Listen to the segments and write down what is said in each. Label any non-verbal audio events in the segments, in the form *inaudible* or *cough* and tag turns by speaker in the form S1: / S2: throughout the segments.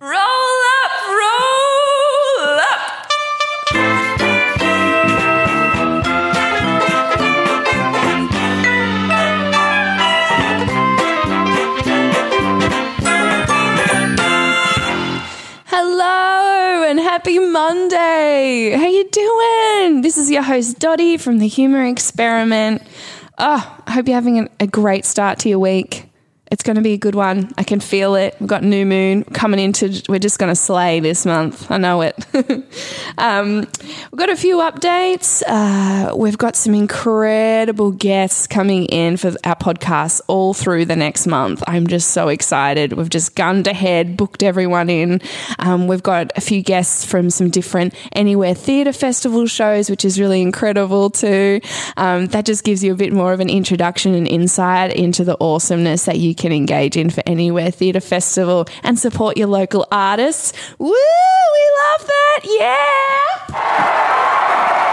S1: Roll up, roll up.
S2: Hello and happy Monday. How you doing? This is your host Dottie from the Humor Experiment. Oh, I hope you're having an, a great start to your week. It's going to be a good one. I can feel it. We've got new moon coming into. We're just going to slay this month. I know it. um, we've got a few updates. Uh, we've got some incredible guests coming in for our podcast all through the next month. I'm just so excited. We've just gunned ahead, booked everyone in. Um, we've got a few guests from some different E Anywhere Theatre Festival shows, which is really incredible too. Um, that just gives you a bit more of an introduction and insight into the awesomeness that you can engage in for Anywhere Theatre Festival and support your local artists. Woo! We love that! Yeah!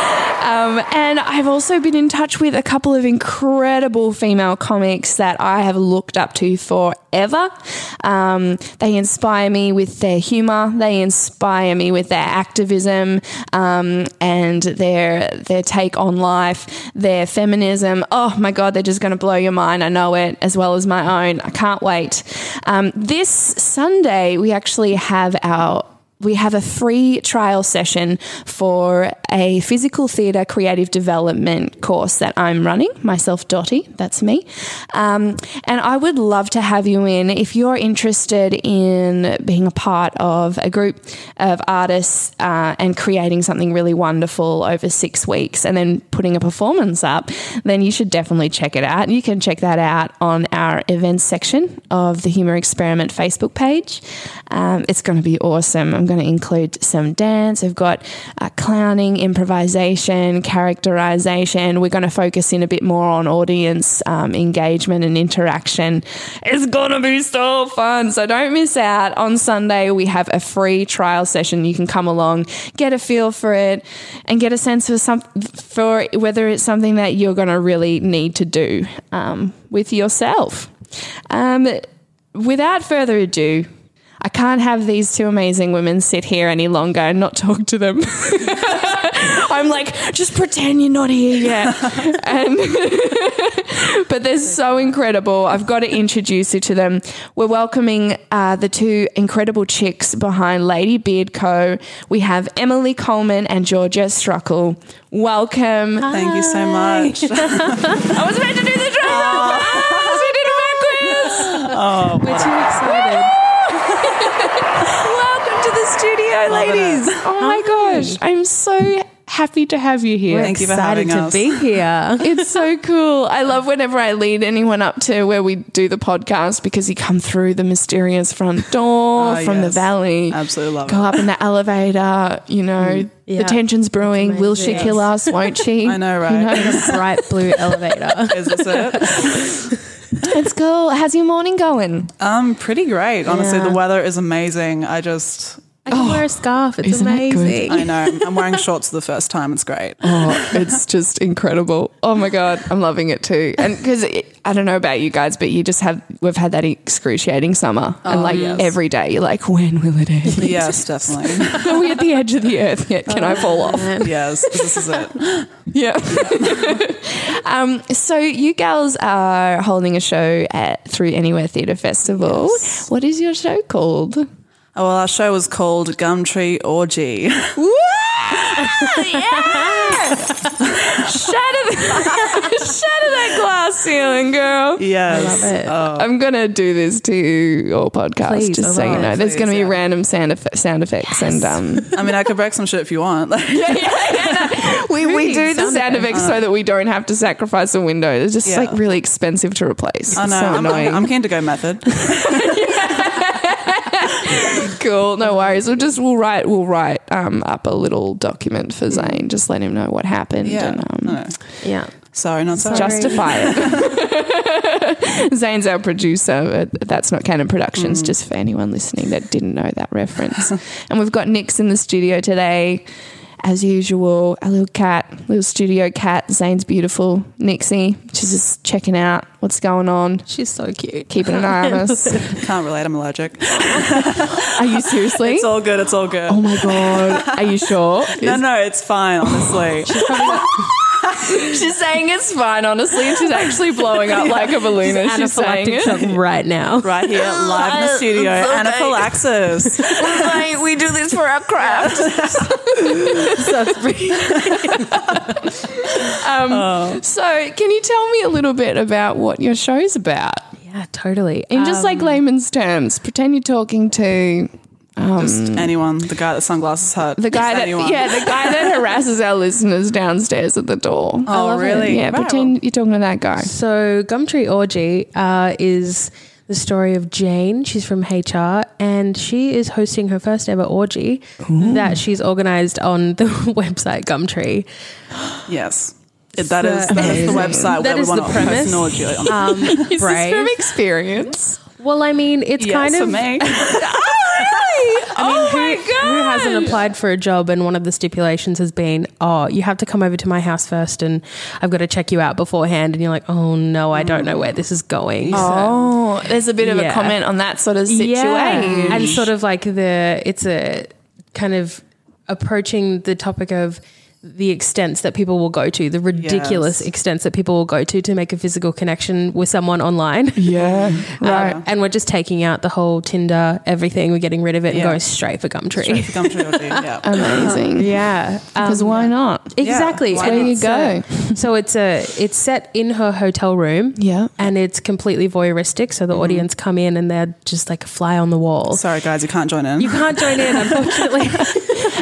S2: *laughs* Um, and I've also been in touch with a couple of incredible female comics that I have looked up to forever. Um, they inspire me with their humor, they inspire me with their activism um, and their their take on life, their feminism. Oh my god, they're just going to blow your mind. I know it as well as my own. I can't wait. Um, this Sunday, we actually have our we have a free trial session for a physical theatre creative development course that I'm running, myself, Dottie, that's me. Um, and I would love to have you in if you're interested in being a part of a group of artists uh, and creating something really wonderful over six weeks and then putting a performance up, then you should definitely check it out. You can check that out on our events section of the Humour Experiment Facebook page. Um, it's going to be awesome. I'm going to include some dance. I've got uh, clowning, improvisation, characterization. We're going to focus in a bit more on audience um, engagement and interaction. It's going to be so fun. So don't miss out. On Sunday, we have a free trial session. You can come along, get a feel for it, and get a sense for, some, for whether it's something that you're going to really need to do um, with yourself. Um, without further ado, I can't have these two amazing women sit here any longer and not talk to them. *laughs* I'm like, just pretend you're not here yet. *laughs* And but they're so incredible. I've got to introduce you to them. We're welcoming uh, the two incredible chicks behind Lady Beard Co. We have Emily Coleman and Georgia Struckle. Welcome.
S3: Thank you so much.
S2: I was about to do the drum roll. Ah, we did it backwards. We're too excited. *laughs* Welcome to the studio, ladies. Oh my gosh, I'm so happy to have you here.
S3: Thank you for having
S4: excited to
S3: us.
S4: be here. *laughs*
S2: It's so cool. I love whenever I lead anyone up to where we do the podcast because you come through the mysterious front *laughs* door
S3: Oh,
S2: from the
S3: yes.
S2: valley.
S3: Absolutely love
S2: Go
S3: it.
S2: up in the elevator, you know,
S4: yeah.
S2: the tension's brewing. Will
S4: amazing.
S2: she kill us? Won't *laughs* she?
S3: I know, right?
S2: You know,
S4: In a bright blue elevator.
S3: Is
S2: *laughs*
S3: this it?
S2: it's cool. How's your morning going?
S3: Um, pretty great. Honestly,
S4: Yeah.
S3: the weather is amazing. I just,
S4: I can wear a scarf. It's
S2: Isn't that good?
S4: amazing.
S3: I know,
S2: *laughs*
S3: I'm wearing shorts for the first time. It's great.
S2: Oh, it's just incredible. Oh my god, I'm loving it too. And because I don't know about you guys, but you just have we've had that excruciating summer, and like every day, you're like, when will it end? *laughs*
S3: Yes, definitely.
S2: Are we at the edge of the earth yet? Can I fall off? *laughs*
S3: yes, this is it.
S2: Yeah. *laughs* um, so you gals are holding a show at through Anywhere Theatre Festival. What is your show called? *laughs*
S3: Oh, well, our show was called Gumtree Orgy.
S2: shatter, the, *laughs* shatter that glass ceiling, girl.
S3: Yes.
S4: Love it.
S2: I'm gonna do this to your podcast,
S4: Please,
S2: just so
S4: oh,
S2: you know. There's gonna be random sound effe- sound effects, and um,
S3: *laughs* I mean, I could break some shit if you want. *laughs* Like,
S2: we, we do the
S4: sound
S2: sound effects so that we don't have to sacrifice a window. It's just
S3: Yeah.
S2: like really expensive to replace.
S3: I
S2: It's
S3: know.
S2: so
S3: I'm,
S2: annoying.
S3: I'm, I'm keen to go method.
S2: *laughs* cool, no worries. We'll just we'll write we'll write um, up a little document for Zane. Just let him know what happened.
S3: Yeah.
S2: And, um,
S3: No.
S4: Yeah.
S3: Sorry, not sorry.
S2: justify it. *laughs* Zane's our producer. At That's not Canon Productions. Just for anyone listening that didn't know that reference. *laughs* and we've got Nick's in the studio today, as usual. A little cat, little studio cat. Zane's beautiful. Nixie, she's just checking out what's going on.
S4: She's so cute.
S2: Keeping *laughs* an eye on us.
S3: Can't relate. I'm allergic.
S2: Are you seriously?
S3: It's all good. It's all good.
S2: oh my god. Are you sure?
S3: no, no, it's fine.
S2: *laughs*
S3: Honestly,
S2: She's saying it's fine, honestly, and she's actually blowing
S4: *laughs*
S2: up like a balloon as she's saying
S4: Anaphylactic
S2: it.
S4: shock right now. *laughs*
S3: right here, live
S2: *laughs*
S3: in the studio, anaphylaxis.
S1: Like, we do this for our craft.
S2: Um, So, can you tell me a little bit about what your show's about?
S4: Yeah, totally.
S2: In just like layman's terms, pretend you're talking to
S3: Just anyone, the guy that sunglasses had.
S2: Mm. the guy
S3: Just
S2: that
S3: anyone.
S2: yeah, the guy that harasses our listeners downstairs at the door.
S3: Oh, really?
S2: Yeah,
S3: Wow.
S2: pretend you're talking to that guy.
S4: So Gumtree Orgy uh, is the story of Jane. She's from HR and she is hosting her first ever orgy that she's organized on the *laughs* website Gumtree.
S3: Yes. It, that is that is the website where
S4: That
S3: we
S4: is
S3: want
S4: the
S3: to post
S4: premise.
S3: an orgy on.
S4: *laughs* Um,
S2: Is this
S4: brave.
S2: from experience?
S4: Well, I mean, it's
S3: yes,
S4: kind
S3: for
S4: of
S3: me.
S4: I mean, who, who hasn't applied for a job and one of the stipulations has been, oh, you have to come over to my house first and I've got to check you out beforehand. And you're like, oh no, I don't know where this is going.
S2: Oh, there's a bit of a
S4: Yeah.
S2: comment on that sort of situation.
S4: And sort of like the, it's a kind of approaching the topic of the extents that people will go to, the ridiculous
S3: Yes.
S4: extents that people will go to to make a physical connection with someone *laughs* online.
S2: Yeah, right.
S4: Um, and we're just taking out the whole Tinder, everything. We're getting rid of it and
S3: Yeah.
S4: going straight for Gumtree.
S3: Straight to Gumtree orgy, yeah.
S2: Um, Amazing.
S4: *laughs* Yeah.
S2: Because why not?
S4: Exactly.
S3: Why
S4: And
S3: not?
S2: There you
S4: it's, uh,
S2: go.
S4: so it's a it's set in her hotel room.
S2: Yeah. Mm-hmm.
S4: And it's completely voyeuristic. So the audience come in and they're just like a fly on the wall.
S3: Sorry, guys, you can't join in.
S4: *laughs* you can't join
S2: *laughs*
S4: in, unfortunately.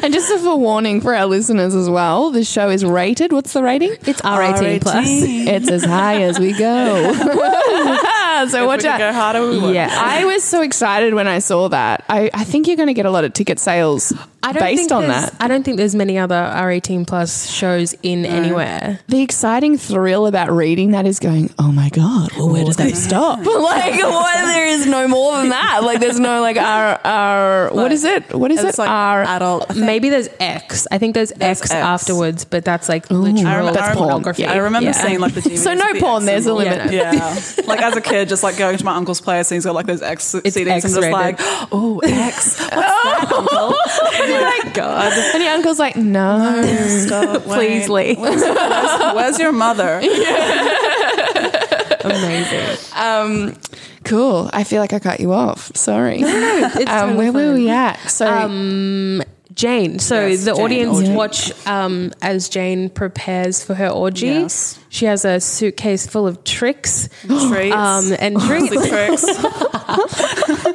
S2: And just a forewarning for our listeners as well, this show is rated. What's the rating?
S4: it's R eighteen plus.
S3: RAT.
S2: It's as high as we go. *laughs* so
S3: If we
S2: watch
S3: could go
S2: out.
S3: harder, we would.
S4: *laughs* Yeah.
S2: I was so excited when I saw that. I, I think you're going to get a lot of ticket sales
S4: I don't
S2: based
S4: think
S2: on
S4: there's-
S2: that.
S4: I don't think there's many other R eighteen plus shows in anywhere.
S2: The exciting thrill about reading that is going, oh my God, well, where does
S4: *laughs*
S2: that stop? *laughs* *laughs* like, what, there is no more than that. Like, there's no, like, our, our uh, what is it? What is it? Uh,
S3: It's like
S2: our,
S3: adult.
S4: Maybe there's X. I think there's, X,
S3: X.
S4: afterwards, but that's like literal
S3: remember- that's porn.
S4: pornography.
S3: I remember seeing like the DVD.
S2: so no porn, there's a limit.
S3: Yeah, like as a kid, just like going to my uncle's place and he's got like those X CDs and just
S4: X-rated.
S3: like, oh X, what's that, uncle? oh my god,
S2: And your uncle's like, no.
S3: stop!
S4: *laughs* Please,
S3: wait.
S4: Lee.
S3: Where's, where's- where's your mother?
S4: *laughs* Amazing.
S2: Um, cool. I feel like I cut you off. Sorry.
S4: It's
S2: *laughs* um,
S4: totally
S2: where were
S4: fine. Um,
S2: we at? So
S4: Jane. So
S3: Yes,
S4: the
S3: Jane
S4: audience
S3: orgy.
S4: watch um, as Jane prepares for her orgy.
S3: Yes.
S4: She has a suitcase full
S3: *gasps*
S4: of tricks
S3: Treats.
S4: um, and
S3: *laughs*
S4: drinks,
S3: Big tricks.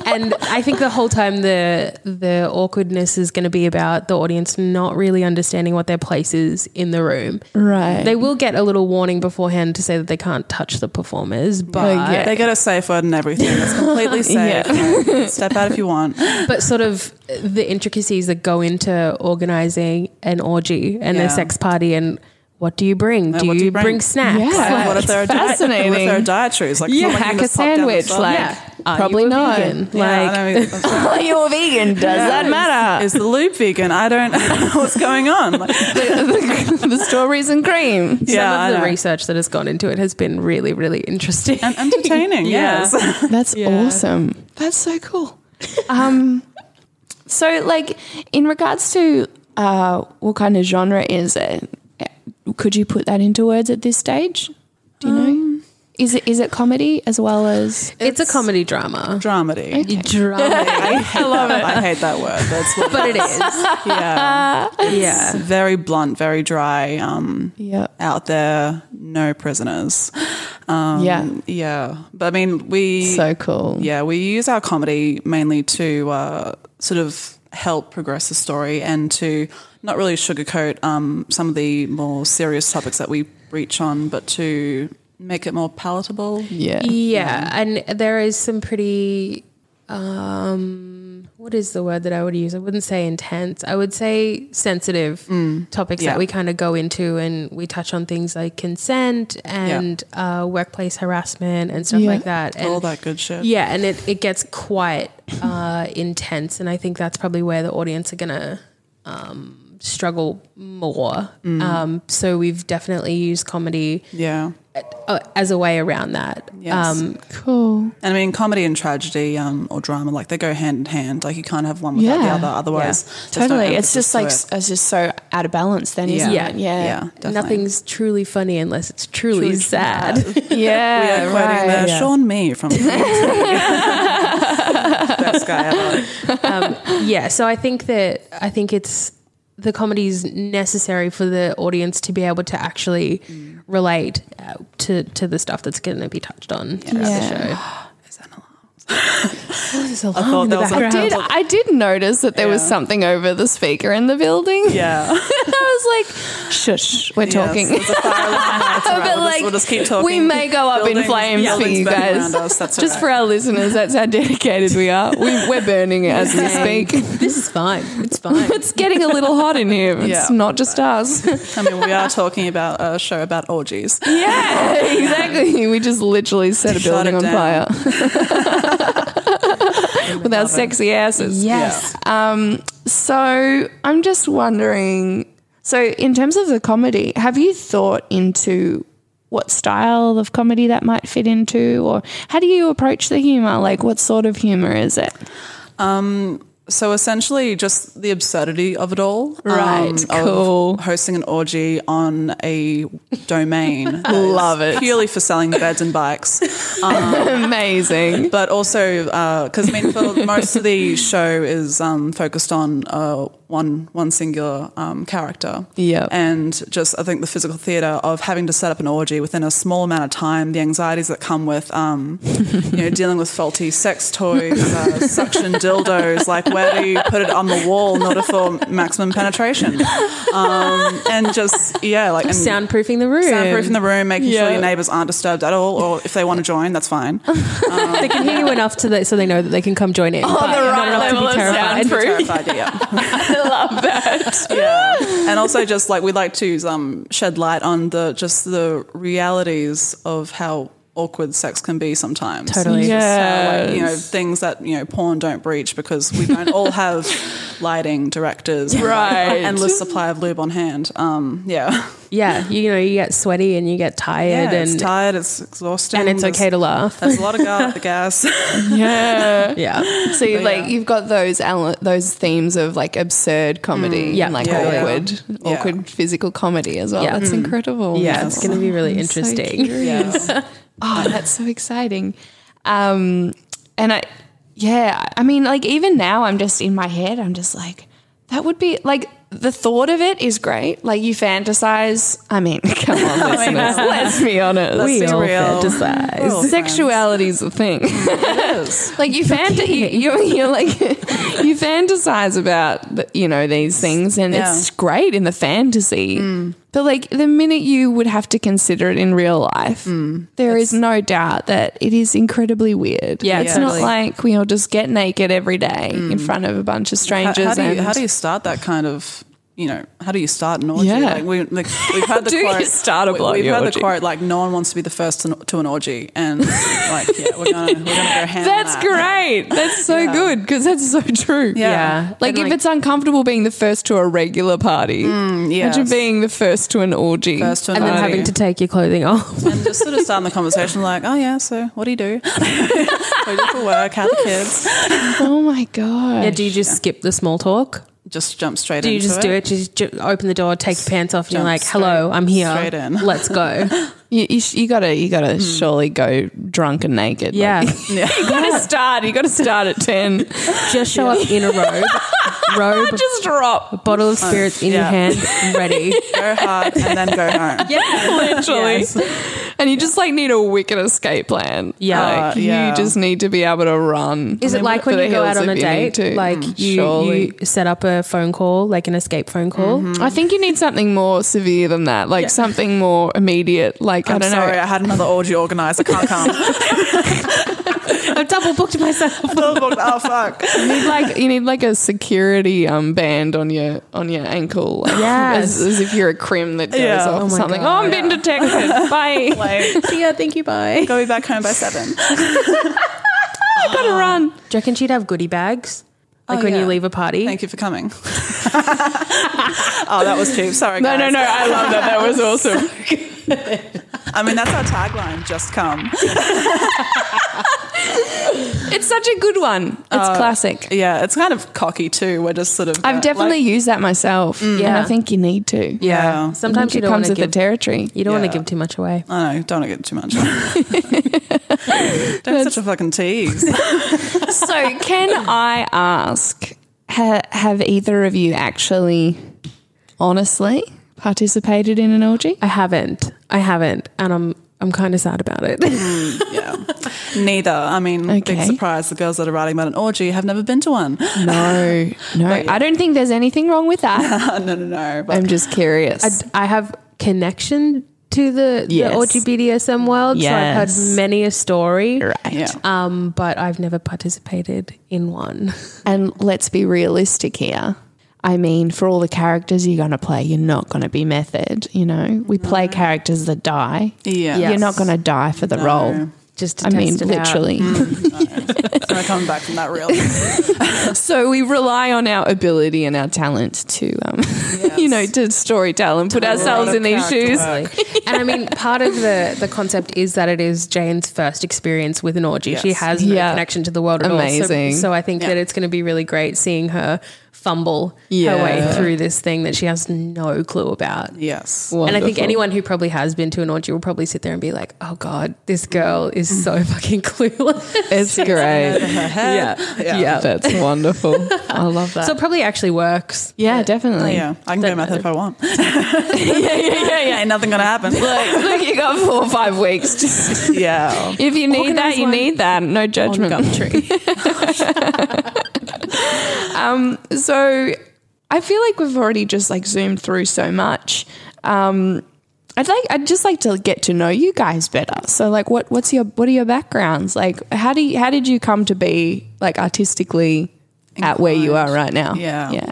S4: and I think the whole time the the awkwardness is going to be about the audience not really understanding what their place is in the room.
S2: right.
S4: They will get a little warning beforehand to say that they can't touch the performers, but
S2: yeah.
S3: They get a safe word and everything. It's completely safe. Like, Step out if you want.
S4: but sort of the intricacies that go into organizing an orgy and
S3: Yeah.
S4: a sex party and what do you bring?
S3: Uh,
S4: do,
S3: what
S4: you bring? snacks?
S2: Yeah.
S3: Like, what
S2: That's
S3: if there are
S2: fascinating.
S3: diet, what if there are dietaries? Like, it's not
S2: yeah,
S3: like you
S2: hack a
S3: just pop down the
S2: sandwich.
S3: side.
S2: Like,
S4: Yeah. Are
S2: probably
S4: you a
S2: not.
S4: vegan?
S2: *laughs*
S3: Yeah, I don't know.
S2: you're
S4: *laughs*
S2: vegan. Does that matter?
S3: is the lube vegan? I don't *laughs* know what's going on. Like,
S2: *laughs* the strawberries and cream.
S3: yeah, I
S4: Some of
S3: know.
S4: the research that has gone into it has been really, really interesting.
S2: *laughs*
S3: and entertaining.
S4: Yeah.
S3: Yes,
S2: That's awesome. That's so cool. *laughs* Um, so like in regards to uh, what kind of genre is it? Could you put that into words at this stage? Do you know? Is it is it comedy as well as
S4: *laughs* It's, a comedy drama.
S3: Dramedy.
S2: *laughs*
S4: Drama.
S3: I hate that. *laughs* I hate that word.
S2: *laughs*
S3: That's what,
S4: but it is.
S3: yeah,
S4: Yeah.
S3: very blunt, very dry. Um,
S2: yeah
S3: out there, no prisoners. Um,
S2: Yeah.
S3: yeah. But I mean, we
S2: so cool
S3: yeah, we use our comedy mainly to uh, sort of help progress the story and to not really sugarcoat um, some of the more serious topics that we breach on, but to make it more palatable.
S2: yeah
S4: Yeah, and there is some pretty um what is the word that I would use? I wouldn't say intense. I would say sensitive topics
S3: Mm. Yeah.
S4: that we kind of go into and we touch on things like consent and uh, workplace harassment and stuff
S2: Yeah.
S4: like that. And
S3: All that good shit.
S4: yeah, and it, it gets quite uh, intense, and I think that's probably where the audience are gonna um, struggle more.
S3: Mm.
S4: Um, so we've definitely used comedy
S3: Yeah.
S4: uh, as a way around that.
S3: Yes.
S4: Um,
S2: cool
S3: And I mean, comedy and tragedy um, or drama, like they go hand in hand. Like you can't have one without
S2: Yeah.
S3: the other. Otherwise, there's no
S2: totally it's
S3: emphasis
S2: just
S3: to
S2: like
S3: it.
S2: s- it's just so out of balance then isn't
S4: Yeah.
S2: it
S3: yeah,
S2: yeah
S3: definitely.
S4: nothing's truly funny unless it's truly, sad.
S2: yeah, *laughs* yeah,
S3: Quoting the Sean Me
S2: *laughs*
S3: from Best guy ever.
S4: *laughs* yeah, so I think that I think it's the comedy is necessary for the audience to be able to actually relate uh, to to the stuff that's going to be touched on throughout the show. *gasps* There's a
S3: I thought
S4: in the
S3: that was a-
S2: I
S3: *laughs*
S4: background.
S2: did. I did notice that there was something over the speaker in the building.
S3: Yeah.
S2: *laughs* I was like, "Shush, we're talking." *laughs*
S3: Yes, it's a fire alarm. That's all right.
S2: But
S3: We'll just-
S2: like,
S3: we'll just keep talking.
S2: we may go up in
S3: Buildings-
S2: flames for
S3: buildings
S2: you
S3: burn
S2: guys.
S3: around us, that's all
S2: Just
S3: right.
S2: for our listeners, that's how dedicated we are. We, we're burning it as we speak.
S4: *laughs* This is fine.
S3: *laughs*
S4: It's fine.
S2: *laughs* It's getting a little hot in here. It's
S3: Yeah.
S2: not just
S3: *laughs*
S2: us.
S3: I mean,
S2: *laughs*
S3: we are talking about a show about orgies.
S2: yeah, exactly. We just literally set a
S3: Shut
S2: building on
S3: it *laughs* down.
S2: fire *laughs* with our sexy asses.
S4: yes.
S2: So I'm just wondering. So in terms of the comedy, have you thought into what style of comedy that might fit into, or how do you approach the humor? Like, what sort of humor is it?
S3: So essentially, just the absurdity of it all. um,
S2: Right,
S3: of
S2: cool.
S3: hosting an orgy on a
S2: *laughs*
S3: domain. that is
S2: Love it.
S3: Purely for selling beds and bikes.
S2: *laughs*
S3: Um,
S2: Amazing.
S3: But also, because I mean,
S2: *laughs*
S3: for most of the show is um, focused on uh, one one singular um, character.
S2: Yep.
S3: And just, I think the physical theatre of having to set up an orgy within a small amount of time, the anxieties that come with, um, you know, dealing with faulty sex toys, uh, suction dildos, like where do you put it on the wall in order for maximum penetration? Um, and just, yeah, like and
S4: Soundproofing the room.
S3: soundproof in the room, making
S2: Yeah.
S3: sure your neighbours aren't disturbed at all, or if they want to join, that's fine.
S4: they can hear you enough to the, so they know that they can come join
S3: Oh,
S4: in. but not enough to be terrified.
S3: terrified, yeah. *laughs* I love that. Yeah. And also just like we like to um, shed light on the just the realities of how awkward sex can be sometimes.
S4: Totally.
S3: Yeah. you know, things that, you know, porn don't breach because we don't all have lighting directors. Right. endless supply of lube on hand. Um, yeah.
S4: Yeah, you know, you get sweaty and you get tired,
S3: yeah *laughs*
S4: and
S3: it's tired, it's exhausting.
S4: and it's
S3: there's-
S4: okay to
S3: *laughs*
S4: laugh.
S3: There's a lot of ga- the
S4: *laughs*
S3: gas. *laughs*
S2: Yeah.
S4: Yeah.
S2: So you like you've got those ele- those themes of like absurd comedy,
S4: Mm, yeah,
S2: and like
S3: yeah, yeah.
S2: awkward, awkward physical comedy as well.
S4: Yeah. Mm.
S2: That's incredible.
S4: Yeah, it's going to be really interesting.
S3: Yeah.
S2: Oh, that's so exciting. Um, and I, yeah, I mean, like even now, I'm just in my head. I'm just like, that would be like the thought of it is great. Like you fantasize. I mean, *laughs* come on, listeners, let's be honest.
S3: Let's be
S4: all
S3: real. *laughs*
S4: fantasize.
S3: We're
S2: *laughs*
S3: all
S2: Sexuality's a thing. *laughs*
S3: friends.
S2: like you fanta- you, you, you're like *laughs* you fantasize about the- you know these things and it's great in the fantasy
S3: Mm.
S2: but like the minute you would have to consider it in real life
S3: Mm.
S2: there is no doubt that it is incredibly weird
S4: Yeah,
S2: it's
S4: totally.
S2: not like we all just get naked every day in front of a bunch of
S3: Mm. Uh, How-
S2: strangers
S3: how, do
S2: and
S3: you, how do you start that kind of you know how do you start an orgy?
S2: Yeah.
S3: Like we, like,
S2: *laughs*
S3: we've heard the
S2: do you
S3: quote.
S2: start a
S3: we-
S2: bloody
S3: We've heard
S2: orgy?
S3: the quote like no one wants to be the first to, to an orgy, and like yeah, we're gonna we're gonna go hand.
S2: that's
S4: *laughs*
S2: great. That's so good because that's so true.
S3: Yeah.
S2: Like,
S4: And,
S2: if it's uncomfortable being the first to a regular party, imagine
S3: yes.
S2: being the first to an orgy.
S3: First to an
S4: and then
S3: orgy.
S4: having Mm, to take your clothing
S3: *laughs*
S4: off.
S3: and just sort of starting the conversation like, oh yeah, so what do *laughs* you do? what do you do for work? How the kids?
S2: oh my god.
S4: Yeah, do you just skip the small talk?
S3: Just jump straight.
S4: Do you
S3: into
S4: just do it? Just ju- open the door, take your pants off, and you're
S3: Jump
S4: like, "Hello,
S3: straight-
S4: I'm here.
S3: *laughs* straight in."
S4: Let's go."
S2: You, you, sh- you gotta you gotta surely go drunk and naked.
S4: Mm. Yeah.
S2: Like, *laughs* you gotta start. You gotta start at
S4: *laughs*
S2: ten. *laughs*
S4: Just show up in
S3: *laughs*
S4: a robe, robe,
S2: Just drop.
S4: a *laughs* bottle of spirits in
S3: yeah.
S4: your hand,
S3: *laughs*
S4: ready.
S3: Go hard and then go home.
S2: literally.
S3: Yes.
S2: And you just like need a wicked escape plan.
S4: Yeah.
S2: Like,
S3: Uh, yeah.
S2: you just need to be able to run.
S4: Is it like
S2: for
S4: when
S2: the
S4: you go
S2: hills
S4: out on a
S2: if you need
S4: date,
S2: to.
S4: like you,
S2: Surely. Mm-hmm.
S4: you set up a phone call, like an escape phone call?
S2: I think you need something more severe than that, like something more immediate. Like I'm I
S3: I'm
S2: do not
S3: sorry, I had another orgy organised. I can't come.
S4: *laughs*
S2: *laughs*
S4: I've double booked myself.
S3: *laughs* oh fuck!
S2: know. You need like you need like a security um, band on your on your ankle, like,
S4: Yes.
S2: as, as if you're a crim that goes
S3: Yeah.
S2: off
S3: Oh
S2: or
S3: my
S2: something.
S4: God.
S2: Oh, I'm being detected. Bye.
S3: Like,
S4: *laughs* See ya, thank you, bye. Do
S3: go back home by seven.
S2: I gotta run.
S4: you reckon she'd have goodie bags? Like when you
S3: yeah.
S4: leave a party?
S3: Thank you for coming. *laughs* oh, that was cheap. Sorry,
S2: No,
S3: guys.
S2: no, no. I love that. *laughs* That was awesome.
S3: I mean, that's our tagline. Just come.
S2: It's such a good one. It's classic.
S3: Yeah, it's kind of cocky too. We're just sort of.
S2: I've
S3: uh,
S2: definitely
S3: like-
S2: used that myself, and I
S4: Yeah.
S2: think you need to.
S3: yeah.
S4: Sometimes you
S2: it
S4: don't want
S2: comes
S4: to
S2: with the
S4: give,
S2: territory.
S4: you don't want
S3: Yeah. Uh-huh.
S4: to give too much away.
S3: I know. Don't wanna get too *laughs* much. don't such a fucking tease. *laughs*
S2: so, can I ask, ha- have either of you actually, honestly, participated in an orgy?
S4: I haven't. I haven't, and I'm I'm kind of sad about it.
S3: Yeah. Neither. I mean, big
S2: Okay.
S3: surprise. The girls that are writing about an orgy have never been to one. *laughs*
S2: *laughs* No, no. I don't think there's anything wrong with that.
S3: no, no, no. But
S2: I'm just curious.
S4: I have connection to the,
S2: Yes.
S4: the orgy BDSM world, so I've
S2: Yes.
S4: heard many a story.
S2: right.
S3: yeah.
S4: Um, but I've never participated in one. *laughs*
S2: And let's be realistic here. I mean, for all the characters you're going to play, you're not going to be method. You know, we play characters that die.
S3: yeah.
S2: You're not going to die for the role.
S4: Just to
S2: I mean,
S4: test it out.
S2: literally.
S3: So I'm coming back from that *laughs* real.
S2: *laughs* So we rely on our ability and our talent to, um, *laughs* you know, to storytell and put ourselves in these shoes.
S4: Totally. and I mean, part of the the concept is that it is Jane's first experience with an orgy. She
S3: Yes.
S4: has no
S2: Yeah.
S4: connection to the world at all.
S2: Amazing.
S4: So- So, I think that it's going to be really great seeing her fumble her way through this thing that she has no clue about.
S3: Yes.
S4: And I think anyone who probably has been to an orgy will probably sit there and be like, "Oh God, this girl is so *laughs* fucking clueless."
S2: *laughs* It's great.
S4: yeah.
S2: *laughs*
S4: yeah,
S2: That's wonderful. I love that.
S4: So it probably actually works.
S2: yeah, definitely.
S3: Yeah, I can go method if I want. yeah, *laughs* yeah, yeah, yeah. Ain't nothing gonna *laughs* happen.
S2: *laughs* Like, look, you got four or five weeks. Just,
S3: Yeah.
S2: if you need
S4: Organise
S2: that, you
S4: one
S2: need that. No
S4: *laughs*
S2: judgment.
S4: Gumtree.
S2: *laughs* So I feel like we've already just like zoomed through so much. Um, I'd like I'd just like to get to know you guys better. So like what what's your what are your backgrounds? Like how do you, how did you come to be like artistically at where you are right now?
S3: Yeah.
S2: Yeah.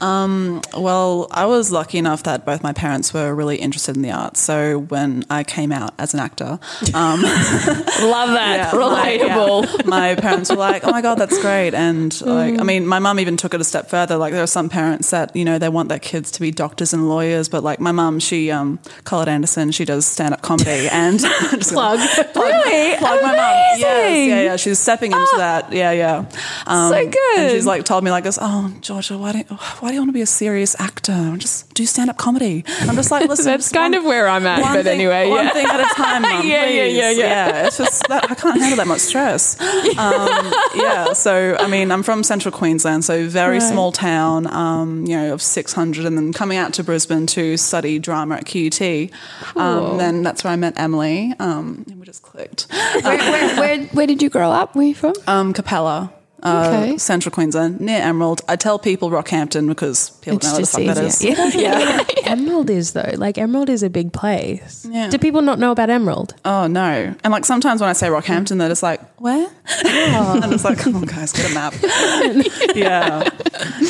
S3: Mm, Well, I was lucky enough that both my parents were really interested in the arts. So when I came out as an actor, um,
S2: Love that. Relatable. *laughs*
S3: my parents were like, "Oh my god, that's great!" And
S2: Mm.
S3: like, I mean, my mum even took it a step further. Like, there are some parents that you know they want their kids to be doctors and lawyers, but like my mum, she um, Colette Anderson, she does stand
S2: *laughs*
S3: up comedy and *laughs* just gonna-
S4: Plug.
S2: Really?
S3: plug my mum. Yes,
S2: Amazing. Ah.
S3: yeah, yeah. She's stepping into that. Yeah, yeah. Um,
S2: So
S3: And
S2: good.
S3: she's like told me like this. Oh, Georgia, why don't why do you want to be a serious actor? Just do stand up comedy. I'm just
S2: *laughs*
S3: like, listen,
S2: That's
S3: just
S2: kind
S3: one-
S2: of where I'm at,
S3: one
S2: but
S3: thing-
S2: anyway,
S3: one
S2: yeah.
S3: thing at
S2: *laughs*
S3: a time. Mum,
S2: Yeah, yeah,
S3: please.
S2: yeah, yeah.
S3: It's just that I can't handle that much
S2: *laughs*
S3: stress. Um, yeah. So I mean, I'm from Central Queensland, so very small town. Um, you know, of 600, and then coming out to Brisbane to study drama at QUT. Um, then that's where I met Emily. Um, and we
S2: *laughs*
S3: just clicked.
S2: where, where,
S4: *laughs*
S2: where, where did you grow up? Where you from?
S3: Um, Capella. Uh,
S2: Okay.
S3: Central Queensland, near Emerald. I tell people Rockhampton because people
S2: It's
S3: know what the
S2: just
S3: fuck that is.
S2: easier.
S4: *laughs* Emerald is though. Like Emerald is a big place.
S3: Yeah.
S4: Do people not know about Emerald?
S3: Oh no! And like sometimes when I say Rockhampton, they're just like, *laughs* "Where?" and it's like, "Come on, guys, get a map." Oh. *laughs* yeah,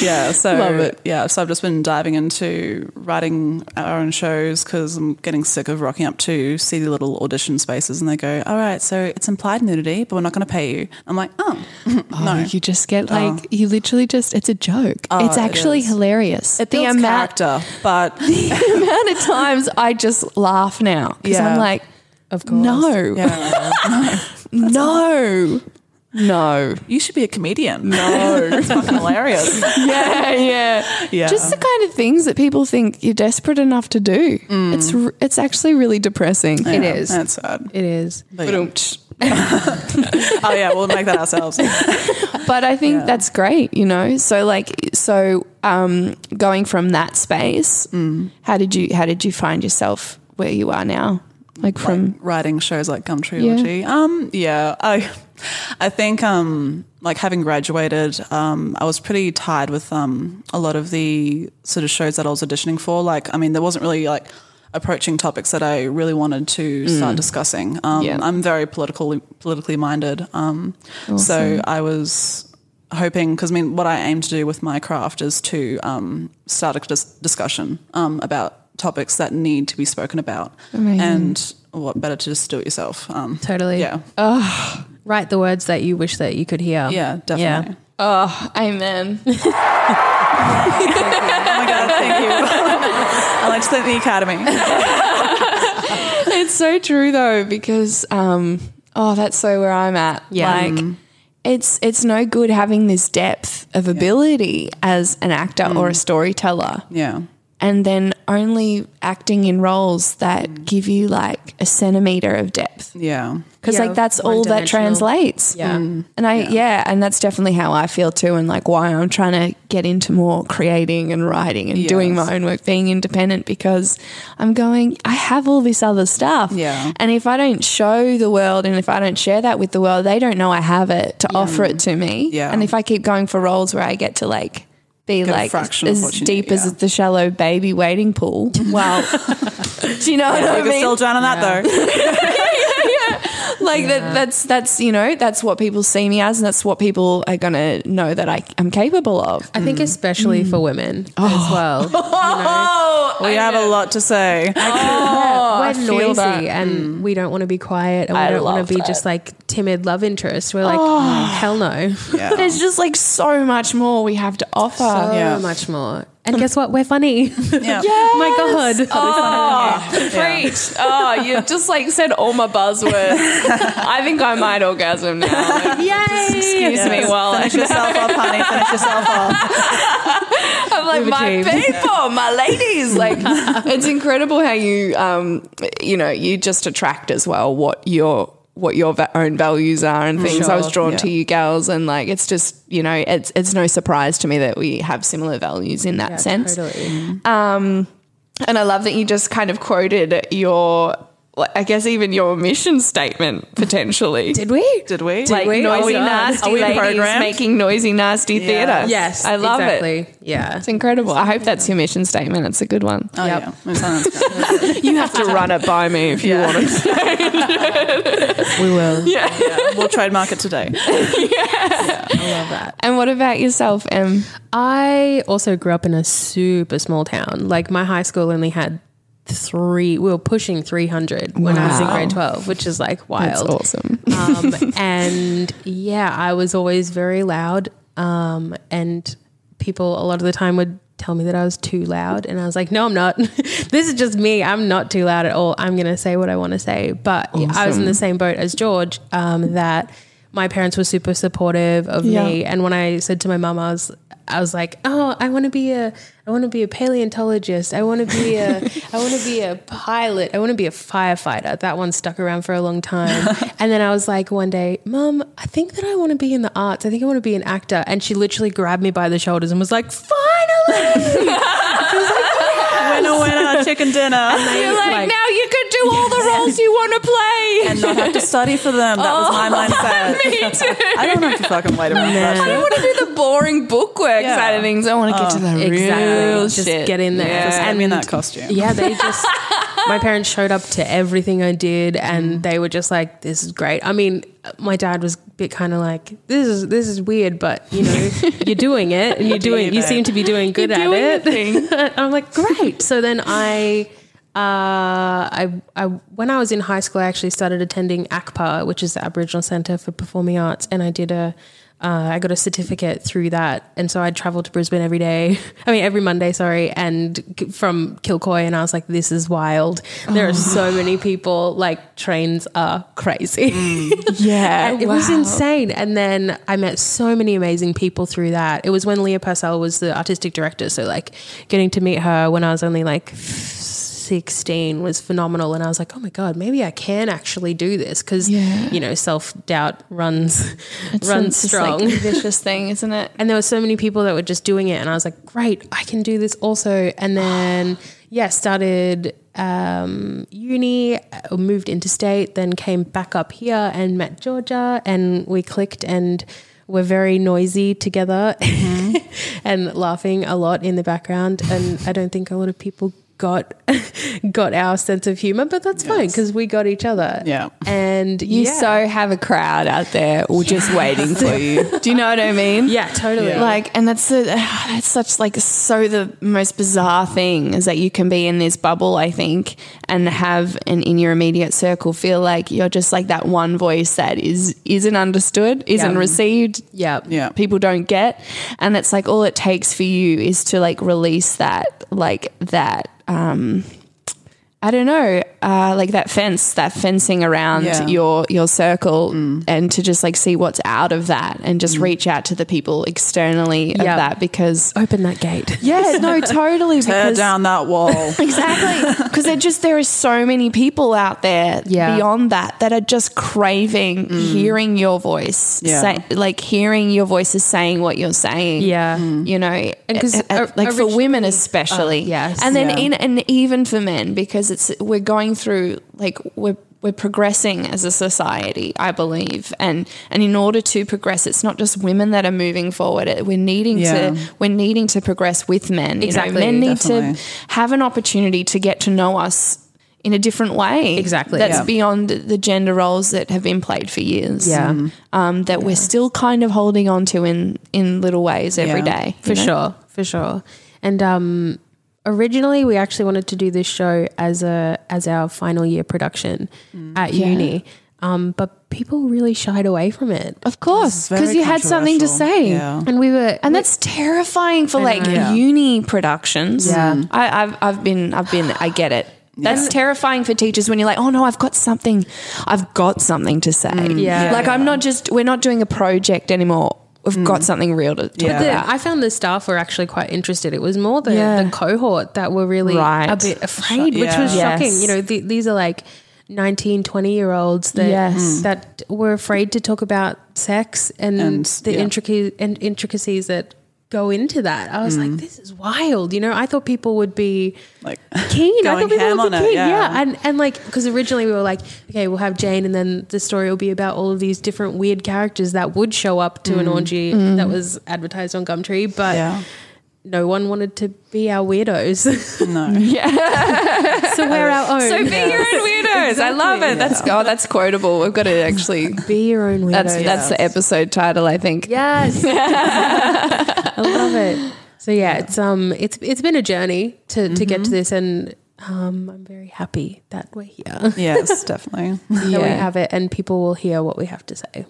S3: yeah. So yeah, so I've just been diving into writing our own shows because I'm getting sick of rocking up to see the little audition spaces, and they go, "All right, so it's implied nudity, but we're not going to pay you." I'm like, *laughs* "Oh,
S2: Oh, you just get like you literally just it's a joke. it's
S3: Oh, it
S2: actually
S3: is.
S2: hilarious.
S3: it builds *laughs* character,
S2: *laughs*
S3: but
S2: the amount of times I just laugh now because
S3: Yeah.
S2: I'm like,
S3: *laughs*
S4: Of course.
S2: *laughs* no,
S3: yeah."
S2: no, No.
S3: You should be a comedian. No, *laughs* it's fucking hilarious.
S2: Yeah, yeah,
S3: *laughs* Yeah.
S2: Just the kind of things that people think you're desperate enough to do.
S3: Mm.
S2: It's r- it's actually really depressing.
S4: It is.
S3: That's sad.
S4: It is.
S3: But yeah. *laughs* oh yeah, we'll make that *laughs* ourselves.
S2: but I think that's great, you know. So like so um going from that space, how did you how did you find yourself where you are now? Like from
S3: writing shows like Gum Trilogy. Um, yeah, I, I think um, like having graduated, um, I was pretty tired with um, a lot of the sort of shows that I was auditioning for. Like, I mean, there wasn't really like approaching topics that I really wanted to start discussing. Um,
S2: Yeah.
S3: I'm very politically politically minded, um, so I was. Hoping, because I mean, what I aim to do with my craft is to um, start a dis- discussion um, about topics that need to be spoken about. And what better to just do it yourself? Um,
S4: Totally.
S3: Yeah.
S4: Write the words that you wish that you could hear.
S3: yeah, definitely.
S2: Amen.
S3: *laughs* Oh my God, thank you. *laughs* I like to thank the Academy.
S2: it's so true though because um oh that's so where I'm at.
S4: Yeah.
S2: Like it's it's no good having this depth of ability as an actor or a storyteller.
S3: Yeah.
S2: and then only acting in roles that give you like a centimeter of depth
S3: Yeah.
S2: because
S4: Yeah,
S2: like that's all that
S4: one-dimensional.
S2: translates Mm.
S4: Yeah.
S3: Mm.
S2: and i yeah. and that's definitely how i feel too and like why i'm trying to get into more creating and writing and doing
S3: Yes.
S2: my own work being independent because i'm going i have all this other stuff
S3: Yeah.
S2: and if i don't show the world and if i don't share that with the world they don't know i have it to offer it to me
S3: Yeah.
S2: and if i keep going for roles where i get to like be
S3: a
S2: like
S3: fraction of
S2: as
S3: what you
S2: deep
S3: need, yeah.
S2: as the shallow baby wading pool. Well, *laughs* do you know what I
S3: You can
S2: mean?
S3: still drown in that though.
S2: like that that's that's you know that's what people see me as and that's what people are gonna know that I, i'm capable of
S4: I think especially for women as well. *laughs* You know,
S3: We have a lot to say.
S4: Oh, we're
S2: feel
S4: noisy
S2: that.
S4: and we don't want to be quiet and we
S2: I
S4: don't want
S2: love
S4: to be
S2: that.
S4: just like timid love interest. We're like, "Oh, hell *laughs* no.
S3: Yeah.
S2: there's just like so much more we have to offer
S4: So
S3: Yeah.
S4: much more. And guess what? We're funny. *laughs*
S3: Yeah.
S4: My God.
S2: preach oh you've just like said all my buzzwords *laughs* i think i might orgasm now
S4: Yay.
S2: excuse me while
S3: Finish yourself off, honey. Finish yourself off.
S2: I'm like my *laughs* people, my ladies. Like *laughs* it's incredible how you, um, you know, you just attract as well what your what your va- own values are and things. I was
S4: Sure,
S2: drawn
S3: yeah.
S2: to you girls, and like it's just you know, it's it's no surprise to me that we have similar values in that sense. Um,
S4: Totally.
S2: And I love that you just kind of quoted your, like, I guess even your mission statement potentially.
S4: Did we?
S3: Did we?
S2: like
S4: we? Are
S2: noisy,
S4: we-
S2: nasty
S3: are we
S2: ladies
S3: programmed?
S2: making noisy, nasty theater.
S4: Yes.
S2: I love it.
S4: exactly. Yeah.
S2: It's incredible. I hope that's your mission statement. It's a good
S4: *laughs*
S2: one.
S3: Oh,
S4: Yep.
S3: yeah. My silence.
S2: You have to run it by me if you want to.
S4: We will.
S3: Yeah. We'll trademark it today.
S4: I love that.
S2: And what about yourself, Em?
S4: I also grew up in a super small town. Like my high school only had three. We were pushing three hundred when I was in
S2: Wow.
S4: grade twelve, which is like wild.
S2: That's awesome.
S4: um,
S2: *laughs*
S4: and yeah, I was always very loud. Um, and people a lot of the time would tell me that I was too loud. And I was like, no, I'm not. *laughs* this is just me. I'm not too loud at all. I'm going to say what I want to say. But yeah, I was in the same boat as George um, that my parents were super supportive of me. And when I said to my mum, I was, I was like, oh, I want to be a, I want to be a paleontologist. I want to be a, I want to be a pilot. I want to be a firefighter. That one stuck around for a long *laughs* time. And then I was like one day, Mum, I think that I want to be in the arts. I think I want to be an actor. And she literally grabbed me by the shoulders and was like, finally. *laughs*
S3: Winner, winner, chicken dinner.
S4: You're like,
S2: now you could do all the roles you want to play.
S3: And not have to study for them. That was my mindset.
S2: Me too.
S3: I don't have to fucking wait around. for that
S2: I
S3: shit.
S2: don't want to do the boring book work
S3: Yeah.
S2: side of things. I want to get to the real
S4: Oh, Exactly. Just
S2: shit.
S4: get in there.
S3: Just hand me
S4: And-
S3: that costume.
S4: Yeah, *laughs* they just. my parents showed up to everything I did, and they were just like, "This is great." I mean, my dad was a bit kind of like, "This is this is weird, but you *laughs* know, you're doing it, and you're doing. You
S3: babe.
S4: *laughs* seem to be doing good
S2: doing
S4: at it." I'm like, "Great!" So then I. Uh, I, I when I was in high school, I actually started attending ACPA, which is the Aboriginal Centre for Performing Arts, and I did a. Uh, I got a certificate through that, and so I'd travel to Brisbane every day. *laughs* I mean, every Monday, sorry, and g- from Kilcoy, and I was like, "This is wild." There are so many people. Like trains are crazy.
S2: Yeah.
S4: And it was insane. And then I met so many amazing people through that. It was when Leah Purcell was the artistic director. So, like, getting to meet her when I was only like 16 was phenomenal. And I was like, oh my God, maybe I can actually do this. Cause,
S2: Yeah.
S4: you know, self doubt runs, runs
S2: It's just,
S4: strong.
S2: Like, a vicious thing, isn't it?
S4: and there were so many people that were just doing it. And I was like, great, I can do this also.
S3: *sighs*
S4: And then, yeah, started um, uni, uh, moved interstate, then came back up here and met Georgia. And we clicked and we're very noisy together
S3: Mm-hmm.
S4: *laughs* and laughing a lot in the background. And I don't think a lot of people got *laughs* got our sense of humor but that's fine 'cause fine because we got each other
S3: Yeah.
S4: and
S2: You
S4: yeah.
S2: so have a crowd out there all just waiting for you. Do you know what I mean?
S4: yeah totally
S3: Yeah.
S2: Like, and that's the, *sighs* that's such like so the most bizarre thing is that you can be in this bubble, I think, and have and in your immediate circle feel like you're just like that one voice that is isn't understood, isn't
S4: Yeah.
S2: received,
S4: yeah
S3: Yeah.
S2: people don't get, and it's like all it takes for you is to like release that like that. um I don't know, uh, like that fence, that fencing around
S3: Yeah. Mm.
S2: your your circle, and to just like see what's out of that, and just reach out to the people externally of
S4: Yep.
S2: that because
S4: open that gate
S2: *laughs* yeah, no, totally
S3: Tear
S2: because
S3: down that wall.
S2: *laughs* exactly because there just there are so many people out there
S4: Yeah. Mm.
S2: beyond that that are just craving hearing your voice,
S3: Yeah.
S2: say, like hearing your voice is saying what you're saying,
S4: yeah
S2: you know, and
S4: 'cause or-
S2: like for women
S4: originally-
S2: especially,
S4: Oh, yes.
S2: and then
S3: Yeah.
S2: in, and even for men because it's we're going through like we're we're progressing as a society, I believe, and and in order to progress, it's not just women that are moving forward. It- We're needing
S3: Yeah.
S2: to we're needing to progress with men.
S4: Exactly,
S2: you know, men need
S3: definitely.
S2: to have an opportunity to get to know us. In a different way,
S4: Exactly.
S2: That's
S4: Yeah.
S2: beyond the gender roles that have been played for years.
S4: Yeah. Mm.
S2: um, that we're still kind of holding on to in in little ways every day
S3: Yeah.
S4: for sure for sure and um originally we actually wanted to do this show as a as our final year production at uni um but people really shied away from it
S2: Of course,
S3: Very
S2: because you had something to
S3: controversial.
S2: say.
S3: Yeah.
S4: and we were
S2: And that's terrifying for like
S3: Yeah.
S2: uni productions.
S4: Yeah. Mm.
S2: I, I've I've been I've been I get it. That's terrifying for teachers when you're like, oh no, I've got something, I've got something to say.
S4: Mm. Yeah. Mm.
S2: like I'm not just we're not doing a project anymore. We've got something real to talk
S3: Yeah.
S4: the-
S2: about.
S4: I found the staff were actually quite interested. It was more the,
S2: Yeah.
S4: the cohort that were really
S2: Right.
S4: a bit afraid, which was
S2: Yeah.
S4: shocking.
S2: Yes.
S4: You know, th- these are like 19, 20 year olds that
S2: Yes. Mm.
S4: that were afraid to talk about sex and,
S3: And,
S4: the
S3: yeah.
S4: intrica- and intricacies that go into that. I was like, this is wild. You know, I thought people would be
S3: Mm. Like
S4: keen. I
S3: going
S4: thought people
S3: ham
S4: would be
S3: on it,
S4: keen. Yeah.
S3: yeah.
S4: And and like because originally we were like, okay, we'll have Jane, and then the story will be about all of these different weird characters that would show up to an orgy that was advertised on Gumtree, but
S3: Mm. yeah.
S4: no one wanted to be our weirdos, *laughs*
S3: No. *laughs*
S4: so we're our own.
S2: so be your own weirdos. I love it. That's oh, that's quotable. We've got to
S3: *laughs*
S2: actually.
S4: be your own weirdos.
S2: That's that's the episode title. I think. *laughs*
S4: yes, *laughs* I love it. So yeah, it's um, it's it's been a journey to to get
S3: Mm-hmm.
S4: to this, and um, I'm very happy that we're here,
S3: Yes, definitely.
S4: that we have it, and people will hear what we have to say.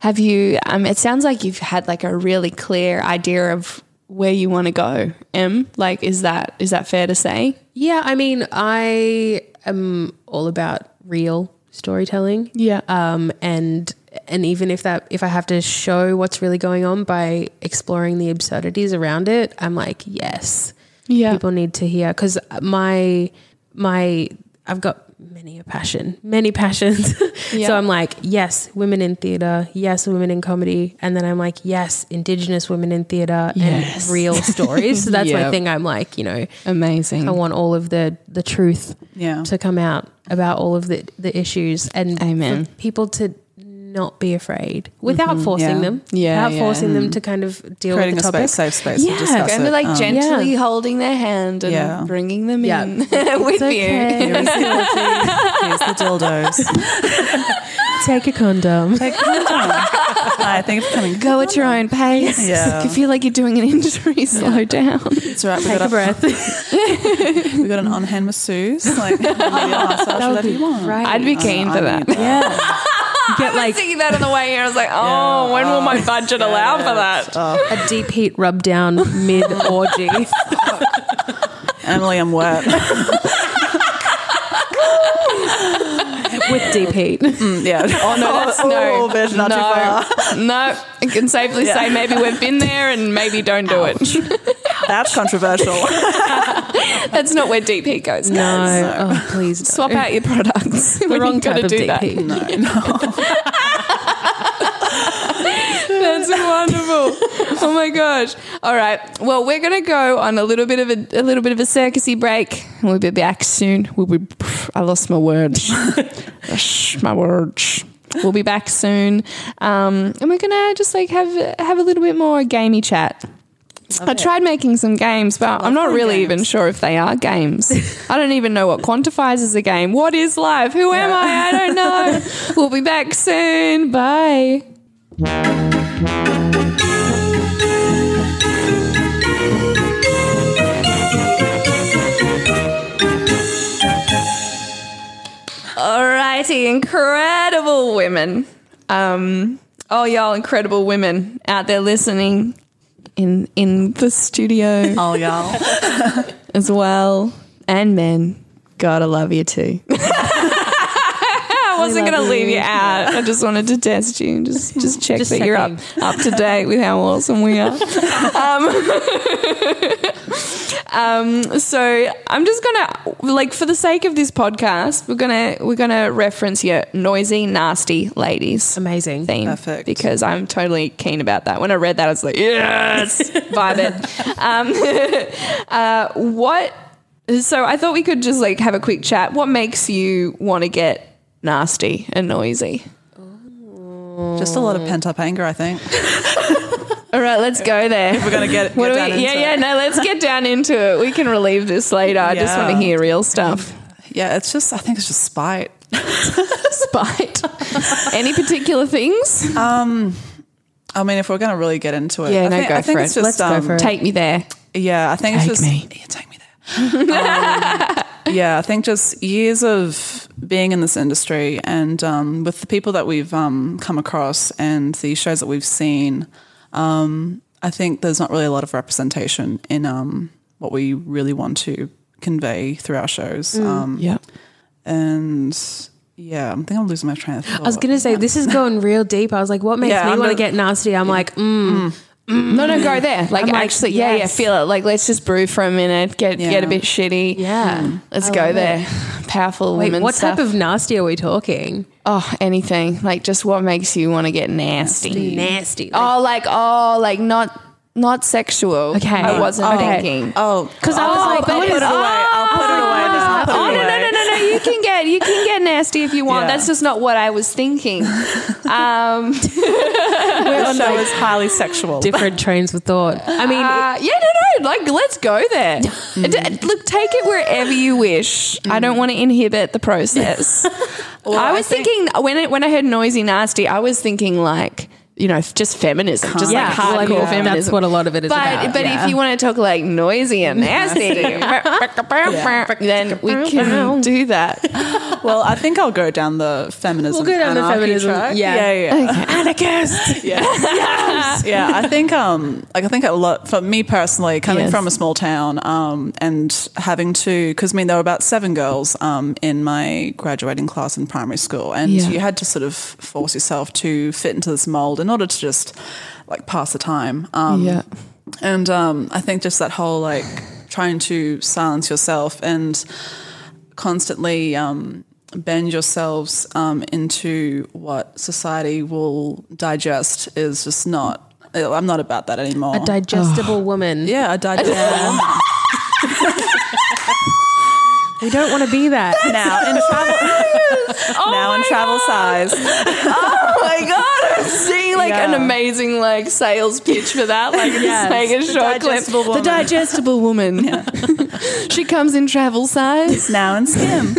S2: Have you? Um, it sounds like you've had like a really clear idea of where you want to go. M, like, is that is that fair to say?
S4: Yeah, I mean, I am all about real storytelling.
S2: Yeah.
S4: Um, and and even if that if I have to show what's really going on by exploring the absurdities around it, I'm like, yes,
S2: Yeah.
S4: people need to hear because my my I've got many a passion, many passions. *laughs*
S2: Yeah.
S4: So I'm like, yes, women in theater, yes, women in comedy, and then I'm like, yes, indigenous women in theater
S2: Yes.
S4: and
S2: *laughs*
S4: real stories. So that's my
S2: Yep. Mm.
S4: thing. I'm like, you know,
S2: Amazing.
S4: I want all of the the truth
S3: Yeah.
S2: Oh.
S4: to come out about all of the the issues and
S2: Amen. Mm-hmm.
S4: for people to not be afraid without forcing
S3: Yeah.
S4: them,
S2: Yeah,
S4: without
S2: yeah. Mm.
S4: forcing them to kind of deal
S3: Creating a
S4: with the topic.
S3: space, safe space. to
S4: Yeah,
S3: discuss
S2: and
S3: it.
S2: we're like
S3: Um,
S2: gently
S4: yeah.
S2: holding their hand and
S3: Yeah.
S2: bringing them
S4: Yeah.
S2: in *laughs* with
S4: okay.
S2: you.
S3: Here's the orgy, here's the dildos.
S4: *laughs* Take
S2: *laughs*
S4: a
S3: *laughs*
S4: condom.
S3: Take I think it's
S2: *laughs*
S3: coming.
S2: Go at your own pace. *laughs*
S3: Yeah.
S2: If you feel like you're doing an injury, slow down.
S3: It's all right. We got *laughs*
S4: Take a breath.
S3: We got an on-hand masseuse. Like, whatever you want. Right.
S2: I'd be keen for that. *laughs*
S4: yeah. Get like
S1: Thinking that on the way here, I was like, oh, when will my budget allow for that?
S4: Oh, a deep heat rub down mid orgy. *laughs*
S3: Emily, I'm wet. Um,
S4: with deep heat.
S2: Mm,
S3: yeah. Oh no, that's no, bitch, not too far.
S2: no, I can safely say maybe we've been there and maybe don't do *laughs* it.
S3: That's controversial.
S2: That's not where deep heat goes.
S4: No,
S2: guys.
S4: oh please, no.
S2: Swap out your products. *laughs*
S4: the wrong
S2: got
S4: type
S2: to
S4: of
S2: do
S4: deep
S2: that.
S4: heat.
S2: *laughs* That's wonderful. Oh my gosh. All right. Well, we're gonna go on a little bit of a, a little bit of a circusy break. We'll be back soon. We'll be. I lost my *laughs* words. Shh, my words. We'll be back soon, um, and we're gonna just like have have a little bit more gamey chat. I tried making some games, but I'm not really even sure if they are *laughs* games. I don't even know what quantifies as a game. What is life? Who am I? I don't know. *laughs* we'll be back soon. Bye. Alrighty, incredible women. Um, oh, y'all, incredible women out there listening in in the studio
S3: oh, y'all.
S2: as well, and men. Gotta love you too. *laughs* I wasn't gonna leave you out. I just wanted to test you, and just just check
S4: Just
S2: that you're up up to date with how awesome we *laughs* are. Um, so I'm just gonna like for the sake of this podcast, we're gonna we're gonna reference your noisy, nasty ladies.
S4: Amazing.
S2: Theme
S3: Perfect.
S2: Because I'm totally keen about that. When I read that, I was like, yes, vibe
S3: *laughs*
S2: it. Um, *laughs* uh, what? So I thought we could just like have a quick chat. What makes you want to get nasty and noisy?
S3: Just a lot of pent-up anger, I think.
S2: All right, let's go there.
S3: We're gonna get,
S2: *laughs*
S3: get
S2: What do
S3: down
S2: we?
S3: into
S2: Yeah,
S3: it.
S2: yeah. No, let's get down into it. We can relieve this later. I just
S3: Yeah.
S2: want to hear real stuff. *laughs*
S3: Yeah, it's just. I think it's just spite. *laughs*
S2: spite. Any particular things?
S3: I mean, if we're gonna really get into it,
S2: Yeah,
S3: I
S2: no,
S3: think,
S2: go
S3: I think
S2: for
S3: it's
S2: it.
S3: just.
S4: Let's go
S3: um,
S4: for it.
S2: Take me there.
S3: Yeah, I think
S2: Take
S3: it's just.
S2: me.
S3: Yeah, take me there. *laughs* Um, yeah, I think just years of being in this industry and um, with the people that we've um, come across and the shows that we've seen, um, I think there's not really a lot of representation in um, what we really want to convey through our shows.
S4: Mm.
S3: Um,
S2: Yeah.
S3: and yeah, I think I'm losing my train of thought.
S4: I was gonna say this is going real deep. I was like, what makes
S3: Yeah,
S4: me
S3: I'm
S4: want to
S3: gonna-
S4: get nasty? I'm like, mm,
S2: No, no, go there. Like,
S4: I'm like,
S2: actually, yeah,
S4: yes.
S2: yeah, feel it. Like, let's just brew for a minute. Get
S3: Yeah.
S2: get a bit shitty. Hmm.
S4: yeah.
S2: Let's
S4: I
S2: go
S4: love
S2: there.
S4: it.
S2: Powerful
S4: Wait,
S2: women.
S4: what
S2: stuff.
S4: type of nasty are we talking?
S2: oh anything? Like, just what makes you want to get nasty?
S4: Nasty. Oh,
S2: Oh, *laughs* like oh, like not not sexual.
S4: Okay.
S2: I wasn't
S4: Okay.
S2: thinking.
S3: Oh,
S4: because I was
S2: Oh,
S4: like,
S2: but
S4: what
S2: it's-
S4: is Ah!
S3: away. I'll put it away. I'll put it
S2: Oh no
S3: away.
S2: no no no! You can get you can get nasty if you want.
S4: *laughs*
S3: Yeah.
S2: That's just not what I was thinking. Um,
S3: the show is highly sexual.
S4: different trains of thought? I mean,
S2: Uh, yeah, no, no. Like, let's go
S4: *laughs*
S2: there. D- Look, take it wherever you wish. I don't want to inhibit the
S4: *laughs*
S2: process. I was thinking when I, when I heard noisy nasty, I was thinking like you know just feminism, just
S4: yeah,
S2: like
S4: well, I
S2: hardcore
S4: mean,
S2: feminism.
S4: That's what a lot of it is
S2: but
S4: about.
S2: but
S4: yeah.
S2: if you want to talk like noisy
S4: *laughs*
S2: and nasty, then we
S4: *laughs*
S2: can do that.
S3: Well, I think I'll go down the feminism.
S4: We'll go down the
S3: anarchy
S4: feminism,
S3: track.
S4: yeah.
S3: yeah,
S4: *laughs*
S3: yeah.
S2: *laughs*
S4: anarchist,
S3: yeah. yeah, I think um, like I think a lot for me personally, coming
S2: Yes.
S3: from a small town, um, and having to because I mean there were about seven girls um in my graduating class in primary school, and
S2: Yeah.
S3: you had to sort of force yourself to fit into this mold in order to just like pass the time. Um,
S2: Yeah.
S3: and um, I think just that whole like trying to silence yourself and constantly um, bend yourselves um, into what society will digest is just not. I'm not about that anymore.
S4: a
S2: Oh.
S4: digestible woman.
S3: yeah, a digestible woman.
S4: We don't want to be that.
S3: *laughs*
S2: *laughs*
S3: now in travel. now in travel size.
S2: *laughs* Oh my god, I'm seeing like an
S3: Yeah.
S2: amazing like sales pitch for that. *laughs* Like
S4: Yes.
S2: just make a short clip.
S3: digestible
S2: The
S3: woman.
S2: digestible *laughs* woman. *laughs* she comes in travel size.
S3: Now in skim. *laughs*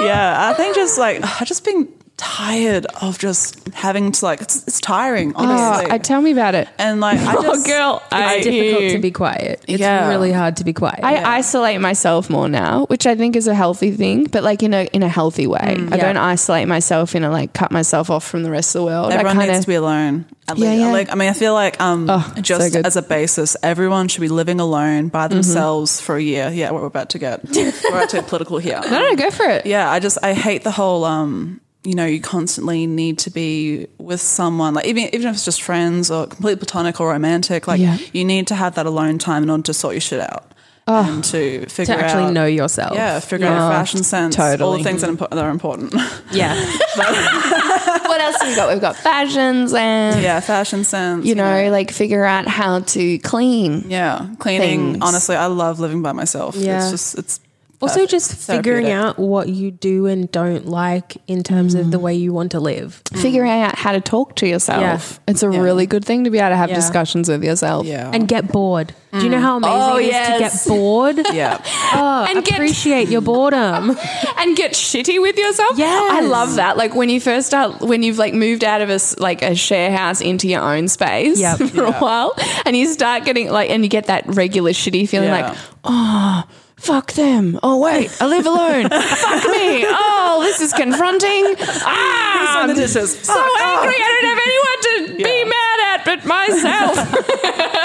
S3: yeah, I think just like *sighs* I just been tired of just having to like it's, it's tiring
S2: Oh,
S3: honestly.
S2: I tell me about it.
S3: and
S2: *laughs*
S3: like I
S2: Oh,
S3: just
S1: girl, I
S4: It's difficult to be quiet. It's
S3: Yeah.
S4: really hard to be quiet.
S2: I isolate myself more now, which I think is a healthy thing, but like in a in a healthy way. I
S4: Yeah.
S2: don't isolate myself in a like cut myself off from the rest of the world.
S3: Everyone
S2: I
S3: needs to be alone. At least.
S2: yeah.
S3: Like I mean, I feel like um,
S2: it's so
S3: just
S2: good. Mm-hmm.
S3: as a basis, everyone should be living alone by themselves for a year. Yeah, we're about to get we're about to get political here.
S2: *laughs* I don't know, *laughs* go for it.
S3: yeah, I just I hate the whole um you know you constantly need to be with someone like even even if it's just friends or complete platonic or romantic like
S2: Yeah.
S3: you need to have that alone time in order to sort your shit out
S2: Oh.
S3: and to figure
S4: to actually
S3: out
S4: know yourself.
S3: yeah figure out your fashion sense all
S2: totally.
S3: the things that, impo- that are important *laughs*
S4: Yeah.
S2: What else have we got? We've got fashions and
S3: yeah fashion sense
S2: you know, like figure out how to clean.
S3: yeah cleaning
S2: things.
S3: honestly I love living by myself
S4: Yeah.
S3: it's just it's
S4: *laughs* Also, just figuring
S3: Therapeutic.
S4: out what you do and don't like in terms of the way you want to live.
S2: Figuring out how to talk to yourself. It's a really good thing to be able to have
S4: Yeah.
S2: discussions with yourself.
S3: yeah
S4: And get bored. Do you know how amazing
S1: Oh,
S4: it is
S1: yes.
S4: to get bored?
S3: yeah
S4: Oh,
S2: And get-
S4: appreciate your boredom. *laughs*
S2: and get shitty with yourself.
S4: Yes.
S2: I love that. Like when you first start, when you've like moved out of a s- like a share house into your own space
S4: Yep.
S2: *laughs* for a while, and you start getting like, and you get that regular shitty feeling
S3: Yeah.
S2: like, oh. Fuck them. Oh, wait, I live
S3: *laughs*
S2: alone. Fuck me. Oh, this is confronting. Ah,
S3: Who's done the dishes?
S2: so
S3: Fuck off.
S2: angry. I don't have anyone to be
S3: Yeah.
S2: mad at but myself.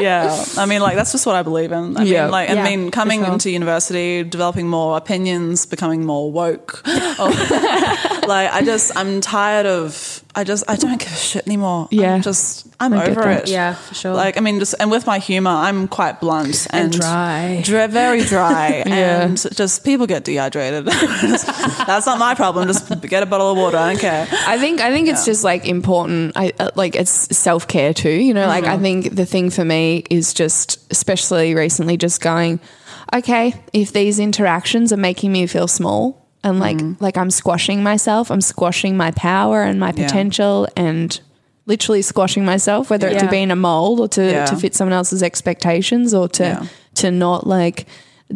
S3: yeah. I mean, like that's just what I believe in. I
S2: Yeah.
S3: mean, like I
S4: Yeah,
S3: mean, coming
S4: for sure.
S3: into university, developing more opinions, becoming more
S2: *laughs*
S3: woke. Or- like I just, I'm tired of. I just, I don't give a shit anymore. I'm
S2: Yeah.
S3: just, I'm
S2: I get
S3: over
S2: that.
S3: it.
S4: Yeah, for sure.
S3: Like I mean, just and with my humor, I'm quite blunt and,
S4: dry.
S3: dri- very *laughs* dry, and just people get dehydrated. *laughs* that's not my problem. Just get a bottle of water. I don't *laughs* care.
S2: I think I think it's just like important. I uh, like it's self care too. You know, like I
S3: Mm-hmm.
S2: think the thing for me is just, especially recently, just going, okay, if these interactions are making me feel small and like
S3: Mm-hmm.
S2: like I'm squashing myself, I'm squashing my power and my potential and literally squashing myself, whether it to
S4: Yeah.
S2: be in a mold or to,
S3: Yeah.
S2: to fit someone else's expectations or to
S3: Yeah.
S2: to not like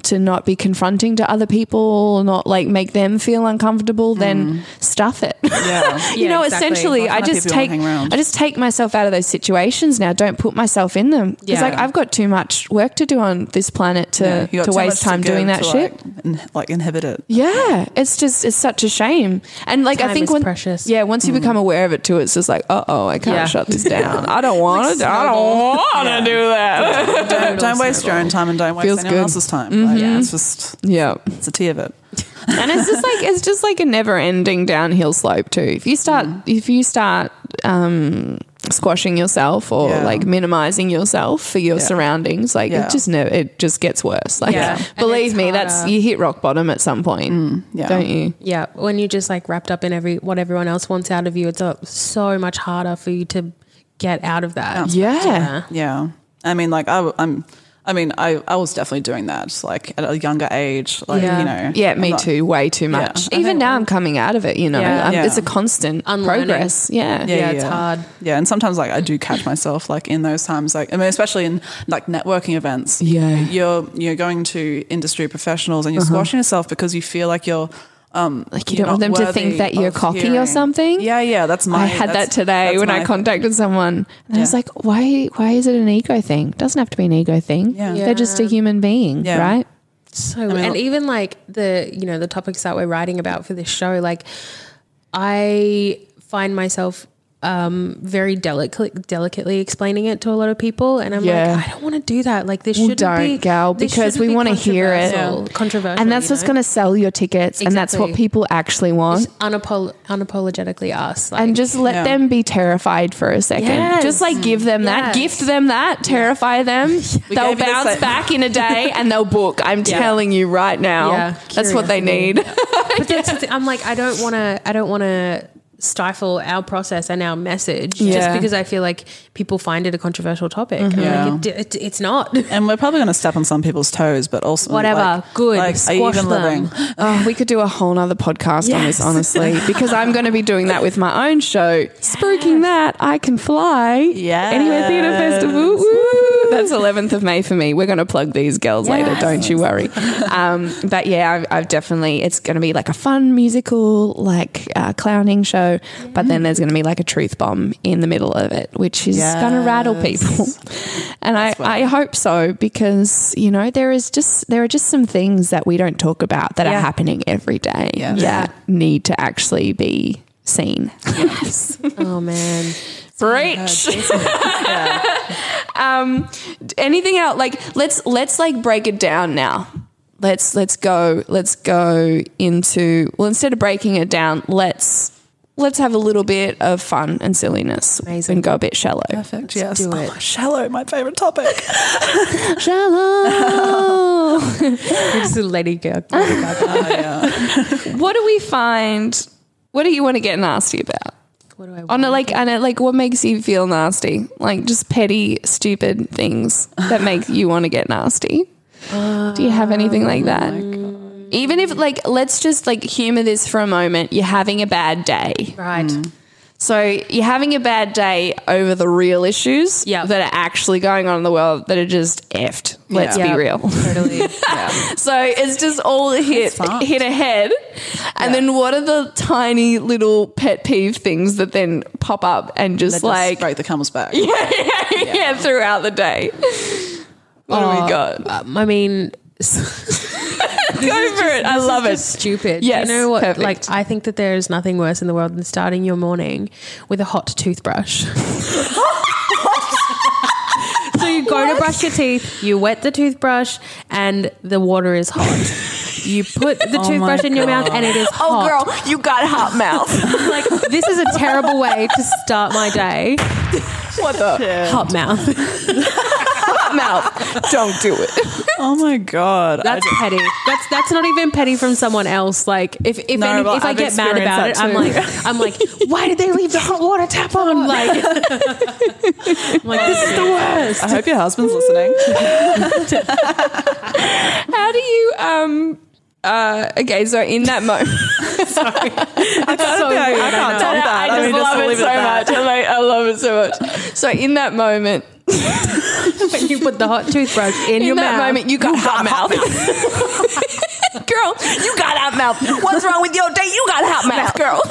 S2: to not be confronting to other people, not like make them feel uncomfortable, then stuff it.
S3: Mm. Yeah.
S2: you
S4: Yeah,
S2: know,
S4: exactly.
S2: essentially,
S4: What
S2: I
S3: kind of
S2: just
S3: people you
S2: take
S3: wanna hang around?
S2: I just take myself out of those situations now. Don't put myself in them because
S4: Yeah.
S2: like I've got too much work to do on this planet to
S3: You got
S2: uh, to
S3: too much
S2: waste time
S3: give
S2: doing that
S3: to,
S2: shit.
S3: Like, in- like inhibit it.
S2: yeah, it's just it's such a shame. And like I
S4: Time
S2: think
S4: is
S2: when
S4: precious.
S2: yeah, once
S3: Mm-hmm.
S2: you become aware of it too, it's just like uh oh, I can't
S4: Yeah.
S2: shut this down. I
S3: *laughs*
S2: don't want to. I don't want to do that.
S3: don't, don't waste your own time and don't waste
S2: Feels
S3: anyone
S2: good. Mm-hmm.
S3: else's time. Like, It's just
S2: yeah.
S3: it's a tea of it.
S2: and it's just like it's just like a never ending downhill slope too if you start
S3: Mm.
S2: if you start um squashing yourself or
S3: Yeah.
S2: like minimizing yourself for your surroundings like
S3: Yeah.
S2: it just never it just gets worse like
S4: Yeah. And
S2: believe
S4: it's
S2: me that's
S4: harder.
S2: you hit rock bottom at some point
S3: Mm, yeah.
S2: don't you
S4: yeah. When you're just like wrapped up in every what everyone else wants out of you, it's uh, so much harder for you to get out of that.
S2: yeah,
S3: Yeah, I mean, like I, w- I'm. I mean, I, I was definitely doing that, like at a younger age, like
S4: Yeah.
S3: you know.
S2: Yeah, me
S3: I'm not-
S2: too. Way too much.
S3: I
S2: Even
S3: think-
S2: now, I'm coming out of it. You know,
S4: Yeah.
S2: Um,
S3: Yeah.
S2: it's a constant
S4: Unlearning.
S2: progress. Yeah,
S4: Yeah, it's hard.
S3: Yeah, and sometimes like I do catch myself like in those times, like I mean, especially in like networking events.
S2: Yeah.
S3: you're you're going to industry professionals and you're squashing yourself because you feel like you're
S2: Like you don't want
S3: not
S2: them to think
S3: worthy
S2: that you're
S3: of
S2: cocky or
S3: hearing.
S2: something.
S3: Yeah, yeah, that's my.
S2: I had that
S3: that's-
S2: today
S3: that's
S2: when I
S3: my-
S2: contacted someone, and I was
S3: Yeah.
S2: like, "Why? Why is it an ego thing? It doesn't have to be an ego thing.
S3: Yeah.
S2: They're just a human being,
S3: Yeah.
S2: right?
S4: So Um, and even like the you know the topics that we're writing about for this show, like I find myself um, very delicate, delicately explaining it to a lot of people, and I'm
S2: Yeah.
S4: like, I don't want to do that. Like this
S2: Well,
S4: shouldn't
S2: don't,
S4: be
S2: gal,
S4: this
S2: because
S4: shouldn't
S2: we
S4: be
S2: wanna hear it.
S4: controversial- Controversial,
S2: and that's
S4: you
S2: what's
S4: know?
S2: going to sell your tickets, and that's what
S4: Exactly.
S2: people actually want.
S4: Unapol- unapologetically us. Like,
S2: and just let them be terrified for a second.
S4: Yes.
S2: Just like give them that,
S4: Yes.
S2: gift them that, terrify them. they'll
S3: gave you the
S2: bounce
S3: same-
S2: back in a day and they'll book. I'm
S4: *laughs*
S2: telling you right now,
S4: Yeah.
S2: that's what they
S4: Curiosity.
S2: need.
S4: but that's the thing. I'm like, I don't want to. I don't want to stifle our process and our message
S2: Yeah.
S4: just because I feel like people find it a controversial topic.
S3: Yeah.
S4: Like it, it, it's not.
S3: And we're probably going to step on some people's toes, but also
S4: Whatever.
S3: like-
S4: Good.
S3: Like, are you
S4: Squash
S3: even
S4: them.
S3: living?
S2: Oh, we could do a whole nother podcast on this,
S4: Yes.
S2: honestly, because I'm going to be doing that with my own show, Spooking That I Can Fly.
S3: Yes.
S2: Anyway, Theatre Festival. Woo! That That's 11th of May for me. We're going to plug these girls later. Don't you worry. Um, but yeah, I've, I've definitely, it's going to be like a fun musical, like uh, clowning show. But then there's going to be like a truth bomb in the middle of it, which is going to rattle people. And I, I hope so because, you know, there is just, there are just some things that we don't talk about that are happening every day that need to actually be seen. *laughs*
S4: Oh man.
S2: Breach. *laughs* um, d- anything else? Like let's let's like break it down now. Let's let's go let's go into well instead of breaking it down, let's let's have a little bit of fun and silliness Amazing. and go a bit shallow.
S3: Perfect. Yes. Oh, shallow, my
S2: *laughs*
S3: favorite topic.
S4: *laughs*
S2: Shallow.
S4: It's a lady Gaga.
S3: uh,
S2: what do we find? What do you want to get nasty about?
S4: What do I
S2: On a, like on a, like what makes you feel nasty? Like just petty, stupid things
S4: *laughs*
S2: that make you want to get nasty. Do you have anything
S4: Oh
S2: like that? Even if like let's just like humor this for a moment. You're having a bad day.
S4: Right.
S2: So you're having a bad day over the real issues
S4: Yep.
S2: that are actually going on in the world that are just effed. Let's
S3: Yeah.
S2: be real.
S4: Totally.
S2: So it's just all hit
S3: fucked.
S2: hit ahead, and then what are the tiny little pet peeve things that then pop up and just
S3: Just
S2: like
S3: break the camel's back.
S2: *laughs* yeah. Oh, throughout the day? What do we got?
S4: Um, I mean,
S2: Go for it. I love it.
S4: stupid.
S2: Yes,
S4: you know what?
S2: perfect.
S4: Like, I think that there is nothing worse in the world than starting your morning with a hot
S2: *laughs*
S4: toothbrush. *laughs* so you go to brush your teeth, you wet the toothbrush, and the water is hot. You
S2: *laughs*
S4: put the
S3: my
S4: toothbrush in your mouth, and it is
S2: Oh,
S4: hot.
S2: girl, you got hot
S3: *laughs*
S2: mouth.
S4: Like, this is a terrible way to start my day.
S2: what the
S4: Hot mouth.
S2: *laughs* hot mouth? Don't do it.
S3: Oh my god. I
S4: That's petty. That's that's not even petty from someone else. Like if if,
S3: No,
S4: any,
S3: well,
S4: if I
S3: I've
S4: get mad
S3: experienced
S4: about
S3: that
S4: it, I'm like I'm like, *laughs* why did they leave the hot water tap *laughs* on? Like, I'm like this is the worst.
S3: I hope your
S2: *laughs*
S3: husband's listening.
S2: How do you um? Uh, okay, so in that moment,
S3: I can't,
S4: so
S3: I
S4: weird, I
S3: can't
S4: know.
S3: top that.
S2: *laughs* I
S3: mean,
S2: just love it
S3: leave
S2: so
S3: at
S2: much. I'm like, I love it so much. So in that moment,
S4: When you put the hot toothbrush
S2: in
S4: in, your
S2: that
S4: mouth,
S2: moment, you got, hot, mouth. *laughs* girl, you got hot mouth. What's wrong with your day? You got hot mouth, girl.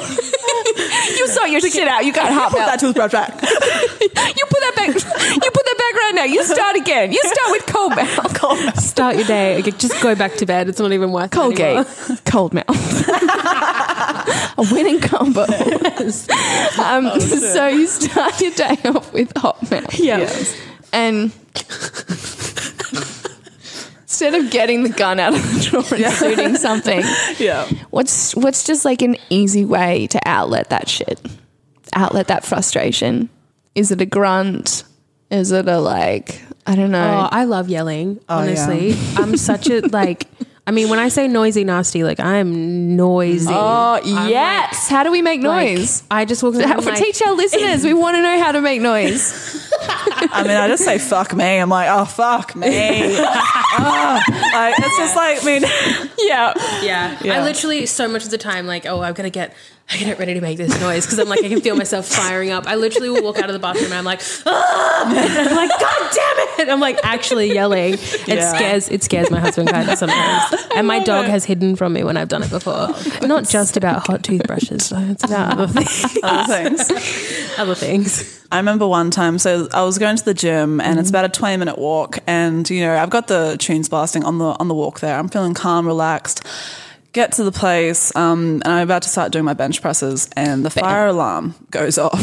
S2: *laughs* you saw your shit out. You got hot
S3: Put that
S2: mouth.
S3: toothbrush back.
S2: You put that back. You put that back right now. You start again. You start with cold mouth. *laughs* Cold mouth.
S4: start your day. Like, Just go back to bed. It's not even worth it anymore.
S2: Colgate, cold *laughs* mouth. A winning combo. Um, so you start your day off with hot mouth.
S4: Yeah.
S2: and instead of getting the gun out of the drawer and shooting something,
S3: Yeah.
S2: what's what's just like an easy way to outlet that shit, outlet that frustration? Is it a grunt? Is it a like I don't
S4: Oh,
S2: know?
S4: I love yelling.
S3: yeah.
S4: Honestly, I'm such *laughs* a like. I mean, when I say noisy, nasty, like I'm noisy.
S2: Oh, yes. how do we make
S4: Like,
S2: noise?
S4: I just walk in.
S2: How-
S4: like,
S2: teach our listeners. We want to know how to make noise.
S3: I mean, I just say fuck me. I'm like, oh fuck
S2: *laughs*
S3: me. Oh, like, it's just like, I mean,
S2: yeah.
S4: Yeah. I literally so much of the time like, oh, I've got to get I gotta get ready to make this noise because I'm like I can feel myself firing up. I literally will walk out of the bathroom and I'm like, "Ah!" And I'm like, God damn it! I'm like actually yelling. It
S3: Yeah.
S4: scares it scares my husband kind
S2: *laughs*
S4: of sometimes. And my dog has hidden from me when I've done it before. Not just about hot toothbrushes, though. It's about
S2: *laughs*
S4: other things. *laughs*
S2: Ah.
S3: other things.
S4: other things.
S3: I remember one time, so I was going to the gym, and it's about a twenty minute walk, and you know I've got the tunes blasting on the on the walk there. I'm feeling calm, relaxed. Get to the place, um, and I'm about to start doing my bench presses, and the fire alarm goes off,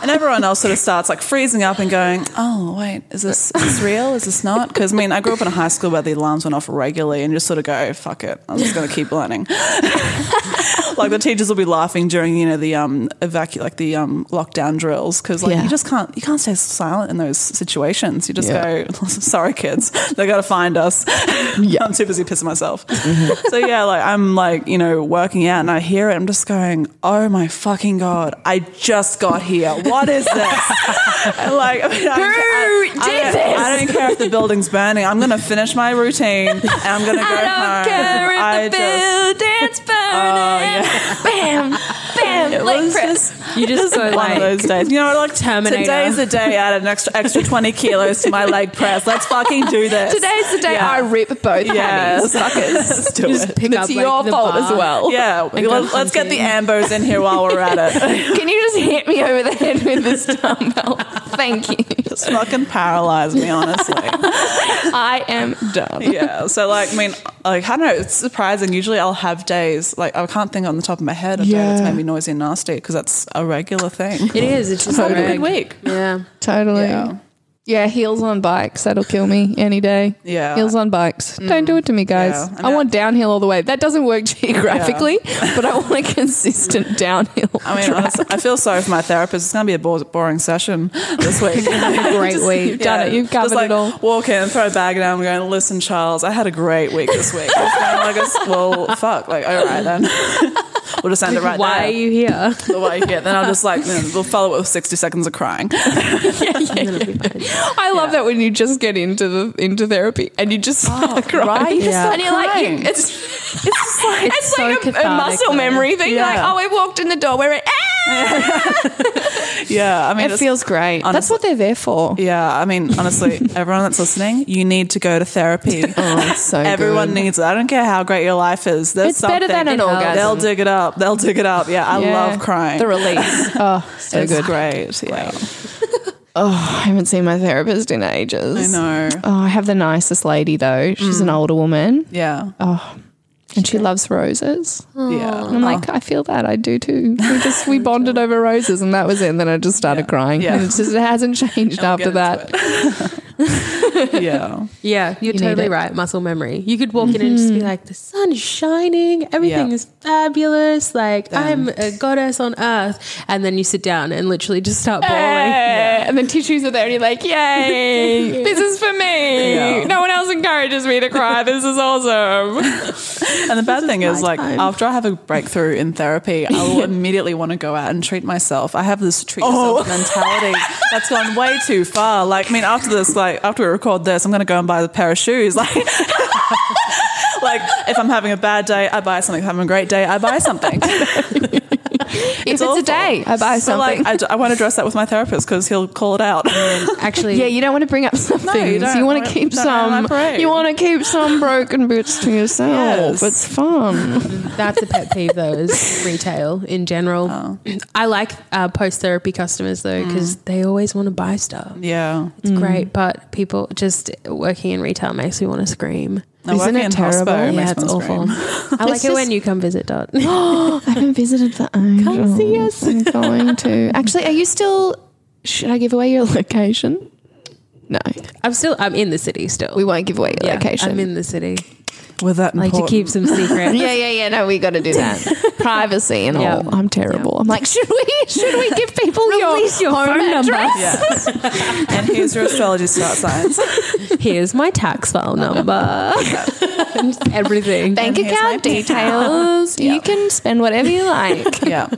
S3: and everyone else sort of starts like freezing up and going, "Oh wait, is this is this real? Is this not?" Because I mean, I grew up in a high school where the alarms went off regularly, and just sort of go, "Oh, "Fuck it, I'm just going to keep learning." *laughs* like the teachers will be laughing during you know the um evacu like the um lockdown drills because like
S2: Yeah.
S3: you just can't you can't stay silent in those situations. You just go, *laughs* sorry kids, they got to find us. *laughs* I'm too busy pissing myself.
S2: Mm-hmm.
S3: *laughs* so yeah, like I'm like you know working out and I hear it. I'm just going, oh my fucking god, I just got here. What is this? *laughs* And, like I mean, I don't
S2: Who
S3: ca- I- I
S2: did
S3: don't-
S2: this?
S3: I don't care if the building's burning. I'm gonna finish my routine and I'm gonna
S2: *laughs*
S3: go
S2: I
S3: home.
S2: don't care if
S3: I
S2: the
S3: just-
S4: Oh,
S2: building's burning. *laughs* Bam, bam, it
S1: Like,
S2: was
S1: pre-
S2: just
S4: You just go
S3: one of
S4: like
S3: those days. You know, like
S4: Terminator.
S3: Today's the day. I added an extra extra twenty kilos to my leg press. Let's fucking do this.
S2: today's the day I rip both
S3: yeah,
S2: panties.
S3: *laughs* suckers. Let's do
S4: just
S3: it.
S4: pick
S2: It's
S4: up
S2: your
S4: like, the
S2: fault
S4: bar.
S2: as well.
S3: Yeah,
S4: go
S3: let, let's get the ambos in here while we're at it.
S2: Can you just hit me over the head with this dumbbell? *laughs* Thank you.
S3: Just fucking paralyzed me, honestly.
S2: I am dumb.
S3: yeah. So like, I mean, like I don't know. It's surprising. Usually, I'll have days like I can't think on the top of my head a day that's
S2: Yeah.
S3: made me noisy and nasty because that's a regular thing.
S2: Oh,
S4: It is. It's just
S3: Have
S4: like
S3: a good week.
S4: Yeah.
S2: Totally.
S3: Yeah.
S2: Yeah. heels on bikes. That'll kill me any day.
S3: Yeah.
S2: Heels on bikes. Don't do it to me, guys.
S3: Yeah. I
S2: I,
S3: mean,
S2: want downhill all the way. That doesn't work *laughs* geographically, but I want a consistent *laughs* downhill.
S3: I mean, honestly, I feel sorry for my therapist. It's going to be a bo- boring session this week.
S4: Have a great week.
S2: You've done it. You've covered
S3: Just like
S2: it all.
S3: walk in, throw a bag down, going, listen, Charles, I had a great week this week. It's kind of like, it's- well, fuck. Like, all right then. *laughs* we'll just end it right
S4: Why
S3: there.
S4: are you here?
S3: The way you get. Then I'll just like, you know, we'll follow it with 60 seconds of crying.
S2: I love that when you just get into the into therapy and you just start crying.
S4: Yeah.
S2: and you're like, you,
S3: crying.
S2: it's it's just like it's,
S4: It's so
S2: like a- a,
S4: cathartic,
S2: muscle
S4: though.
S2: memory thing. You're
S3: Yeah.
S2: like, oh, I walked in the door where it.
S3: Yeah. I mean,
S2: It
S3: it's-
S2: feels great. That's
S3: honestly-
S2: what they're there for. *laughs*
S3: Yeah, I mean, honestly, everyone that's listening, you need to go
S2: *laughs*
S3: to therapy.
S2: Oh, so
S3: everyone
S2: good.
S3: needs it. I don't care how great your life is. There's
S2: It's better
S3: something.
S2: than an orgasm.
S3: They'll dig it up. They'll dig it up. Yeah, I love crying.
S2: The
S3: *laughs*
S2: release. Oh, so
S3: it's
S2: good.
S3: great. Yeah,
S2: I haven't seen my therapist in ages.
S3: I know. Mm.
S2: Oh, I have the nicest lady though. She's an older woman
S3: Yeah,
S2: and she loves roses.
S3: yeah.
S2: And I'm like, I feel that. I do too. We just
S3: *laughs*
S2: we bonded over roses and that was it. And then I just started crying.
S3: Yeah.
S2: And it just it hasn't changed after that.
S3: yeah,
S4: Yeah, you're
S2: need
S4: totally
S2: it.
S4: right. Muscle memory. You could walk in and just be like, the sun is shining, everything
S3: Yeah.
S4: is fabulous. Like I'm a goddess on earth, and then you sit down and literally just start bawling.
S2: Yeah. And the tissues are there, and you're like,
S4: *laughs*
S2: "Yay! this is for me.
S3: Yeah.
S2: No one else encourages me to cry. This is
S4: *laughs*
S2: awesome."
S3: and the bad thing is,
S4: my
S3: like,
S4: time.
S3: after I have a breakthrough in therapy, I
S4: *laughs*
S3: will immediately want to go out and treat myself. I have this treat
S4: Oh.
S3: yourself mentality that's gone way too far. Like, I mean, after this, like, after we record this, I'm going to go and buy a pair of shoes. *laughs* Like, like if I'm having a bad day, I buy something. If I'm having a great day, I buy
S4: *laughs*
S3: something.
S2: if it's a day, I buy
S3: So,
S2: something.
S3: like, I, want to address that with my therapist because he'll call it out. *laughs*
S4: Actually,
S2: *laughs* yeah, you don't want to bring up some
S3: No, you
S2: things.
S3: don't.
S2: You, want
S3: Don't-
S2: to keep
S3: don't have
S2: some.
S3: my parade.
S2: You want to keep some broken bits to yourself.
S3: Yes.
S2: It's fun.
S4: That's a pet peeve, though, *laughs* is retail in general.
S2: Oh.
S4: I like uh, post therapy customers, though, because
S2: Mm.
S4: they always want to buy stuff.
S3: yeah.
S4: It's great, but people just working in retail makes me want to scream.
S3: No,
S2: Isn't
S3: working
S2: it
S3: in
S2: terrible?
S3: hospo makes
S4: Oh, yeah,
S3: me
S4: it's
S3: wanna
S4: awful.
S3: scream.
S4: I like it when you come visit, Dot.
S2: I haven't visited the angels. Come see us. I'm going to. Actually, are you still? Should I give away your location? No,
S4: *gasps* I'm still, I'm in the city still.
S2: we won't give away your
S4: Yeah,
S2: location.
S4: I'm in the city.
S3: With that,
S4: Like to
S3: important-
S4: keep some
S2: *laughs*
S4: secret.
S2: yeah, yeah, yeah. No, we got to do
S4: *laughs*
S2: that. Privacy and
S4: Yeah.
S2: all. I'm terrible. I'm like, should we? Should we give people
S4: *laughs* Release your
S2: your, home
S4: phone number.
S2: address?
S3: and here's your astrology start
S4: *laughs*
S3: signs.
S4: Here's my tax file number. Everything.
S2: Bank
S3: here's my
S2: account details. You can spend whatever
S4: *laughs*
S2: you like.
S3: Yeah.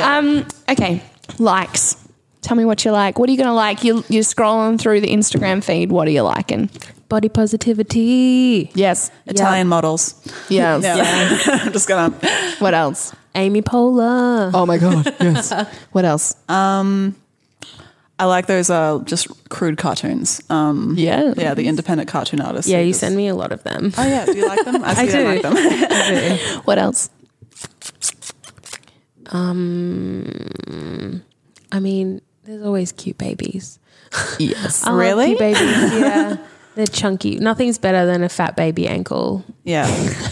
S2: Um, okay, likes. Tell me what you like. What are you going to like? You, you're scrolling through the Instagram feed. What are you liking?
S4: Body positivity.
S2: Yes.
S3: Italian models.
S2: Yes.
S3: Yeah. *laughs* I'm just gonna.
S2: What else?
S4: Amy Poehler.
S2: Oh my God. Yes. what else?
S3: I like those uh, just crude cartoons. Um,
S2: Yeah.
S3: yeah, the independent cartoon artists.
S4: yeah,
S3: who
S4: you
S3: just-
S4: send me a lot of them.
S3: Oh yeah, do you like them? I, see
S4: do.
S3: You don't like them. *laughs*
S2: What else?
S4: I mean, there's always cute babies.
S2: Yes.
S4: I love
S3: Really?
S4: cute babies, yeah. They're chunky. Nothing's better than a fat baby ankle.
S3: yeah,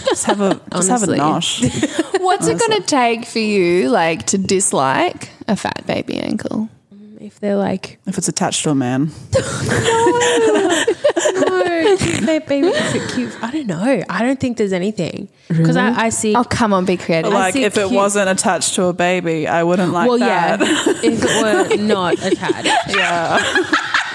S3: just have a just have a
S4: Honestly.
S3: nosh.
S2: What's it going to take for you, like, to dislike a fat baby ankle?
S4: If they're like,
S3: If it's attached to a man, *laughs*
S4: no, cute fat babies are cute. I don't know. I don't think there's anything. Because I, I see.
S2: Oh, come on, be creative.
S3: like
S4: see
S3: if it
S4: cute-
S3: wasn't attached to a baby, I wouldn't like
S4: well,
S3: that. *laughs*
S4: yeah. *laughs* if it were not attached,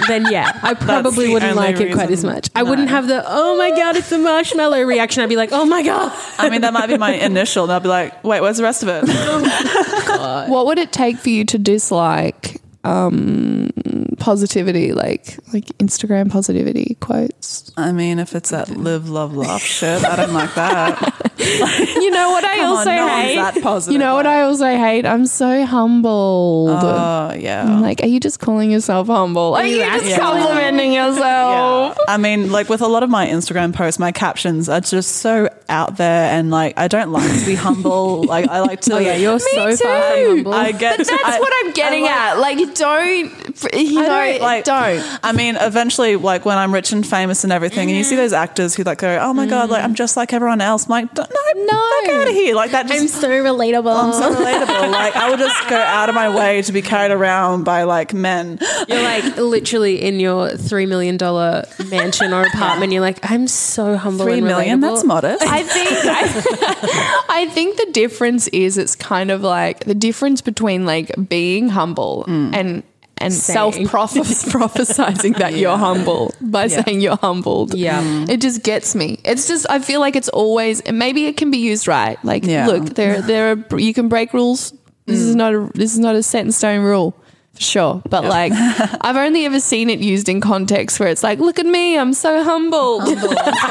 S4: then yeah, I probably
S3: the
S4: wouldn't
S3: only
S4: like it quite as
S3: reason.
S4: much. I wouldn't have the oh my god, it's a marshmallow reaction. I'd be like, oh my god.
S3: I mean, that might be
S4: *laughs*
S3: my *laughs* initial, and I'll be like, wait, where's the rest of it?
S2: What would it take for you to dislike um, positivity, like like Instagram positivity quotes.
S3: I mean, if it's that live, love, laugh shit, I don't like that.
S4: You know what I
S3: Come on,
S4: also
S3: no one's
S4: hate?
S3: that positive.
S2: You know what I also hate? I'm so humbled.
S3: Oh yeah.
S2: I'm like, are you just calling yourself humble? Are you just
S3: actually-
S4: *laughs*
S2: complimenting yourself?
S3: I mean, like with a lot of my Instagram posts, my captions are just so out there, and like I don't like to be humble. Like I like to.
S4: Oh yeah, you're so
S2: Me
S4: far
S2: too.
S4: from humble.
S3: I get.
S2: But that's
S3: I-
S2: what I'm getting at. Like, don't, you know,
S3: I
S2: don't. don't.
S3: I mean, eventually, like when I'm rich and famous and everything, and you see those actors who like go, "Oh my god, like I'm just like everyone else." I'm like, "Don't- no, no, get out of here. Like that just
S4: I'm *laughs* so relatable.
S3: I'm so relatable. Like I would just go out of my way to be carried around by like men.
S4: You're like literally in your three million dollar mansion or apartment. You're like, I'm so humble.
S3: Three
S4: and
S3: million,
S4: relatable."
S3: that's modest.
S2: I think
S3: *laughs*
S2: I, *laughs* I think the difference is it's kind of like the difference between like being humble and and self *laughs* prophesizing that you're humble by saying you're humbled.
S4: Yeah. Mm.
S2: It just gets me. It's just I feel like it's always and maybe it can be used right. Like
S3: Yeah.
S2: look, there there are you can break rules. This is not a this is not a set in stone rule. for Sure, but like I've only ever seen it used in context where it's like, look at me, I'm so humble. *laughs*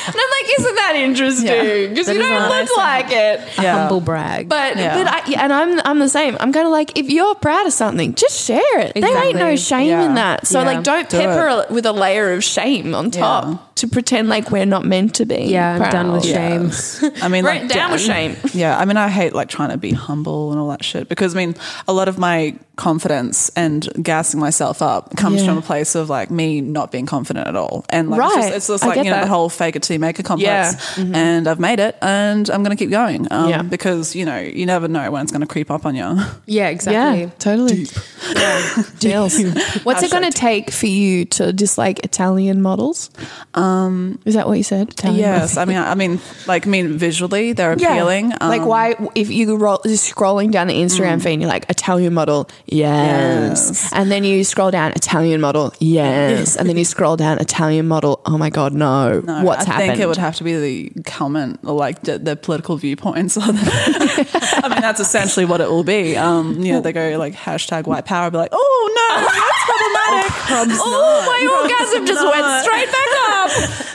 S2: And I'm like, isn't that interesting? Because you don't look like it.
S3: Yeah.
S4: Humble brag.
S2: But
S3: Yeah.
S2: but I yeah, and I'm I'm the same. I'm kind of like if you're proud of something, just share it. There ain't no
S4: Exactly.
S2: shame
S3: Yeah.
S2: in that. So
S3: Yeah.
S2: like, don't
S3: Do
S2: pepper it. with a layer of shame on top
S3: Yeah.
S2: to pretend like we're not meant to be.
S4: yeah, I'm done with
S2: proud.
S4: shame.
S2: *laughs*
S3: I mean,
S2: Right,
S3: like,
S2: down with shame.
S3: Yeah, I mean, I hate like trying to be humble and all that shit because I mean, a lot of my confidence and gassing myself up comes
S2: Yeah.
S3: from a place of like me not being confident at all. And like, it's
S2: Right,
S3: just, it's just
S2: I
S3: like,
S2: get
S3: you know,
S2: that.
S3: the whole fake it till you make it complex.
S2: Yeah. Mm-hmm.
S3: And I've made it and I'm going to keep going um,
S2: Yeah.
S3: because, you know, you never know when it's going to creep up on you.
S4: Yeah, exactly.
S2: Yeah, totally. *laughs* Yeah. Deals. What's it going to take for you to dislike Italian models? Um, Is that what you said? Italian
S3: yes. I mean, I, I mean, like, I mean, visually, they're appealing. Um,
S2: like why if you roll just scrolling down the Instagram feed and you're like Italian model, yes. And then you scroll down Italian model, yes. and then you scroll down Italian model, oh my god, no.
S3: No,
S2: What's
S3: I
S2: happened?
S3: think it would have to be the comment, or like the, the political viewpoints. *laughs* Or the, I mean, that's essentially what it will be. Um, you know, they go like hashtag white power, be like, *laughs* oh no, that's problematic. oh,
S2: my orgasm *laughs* just went straight back
S3: up.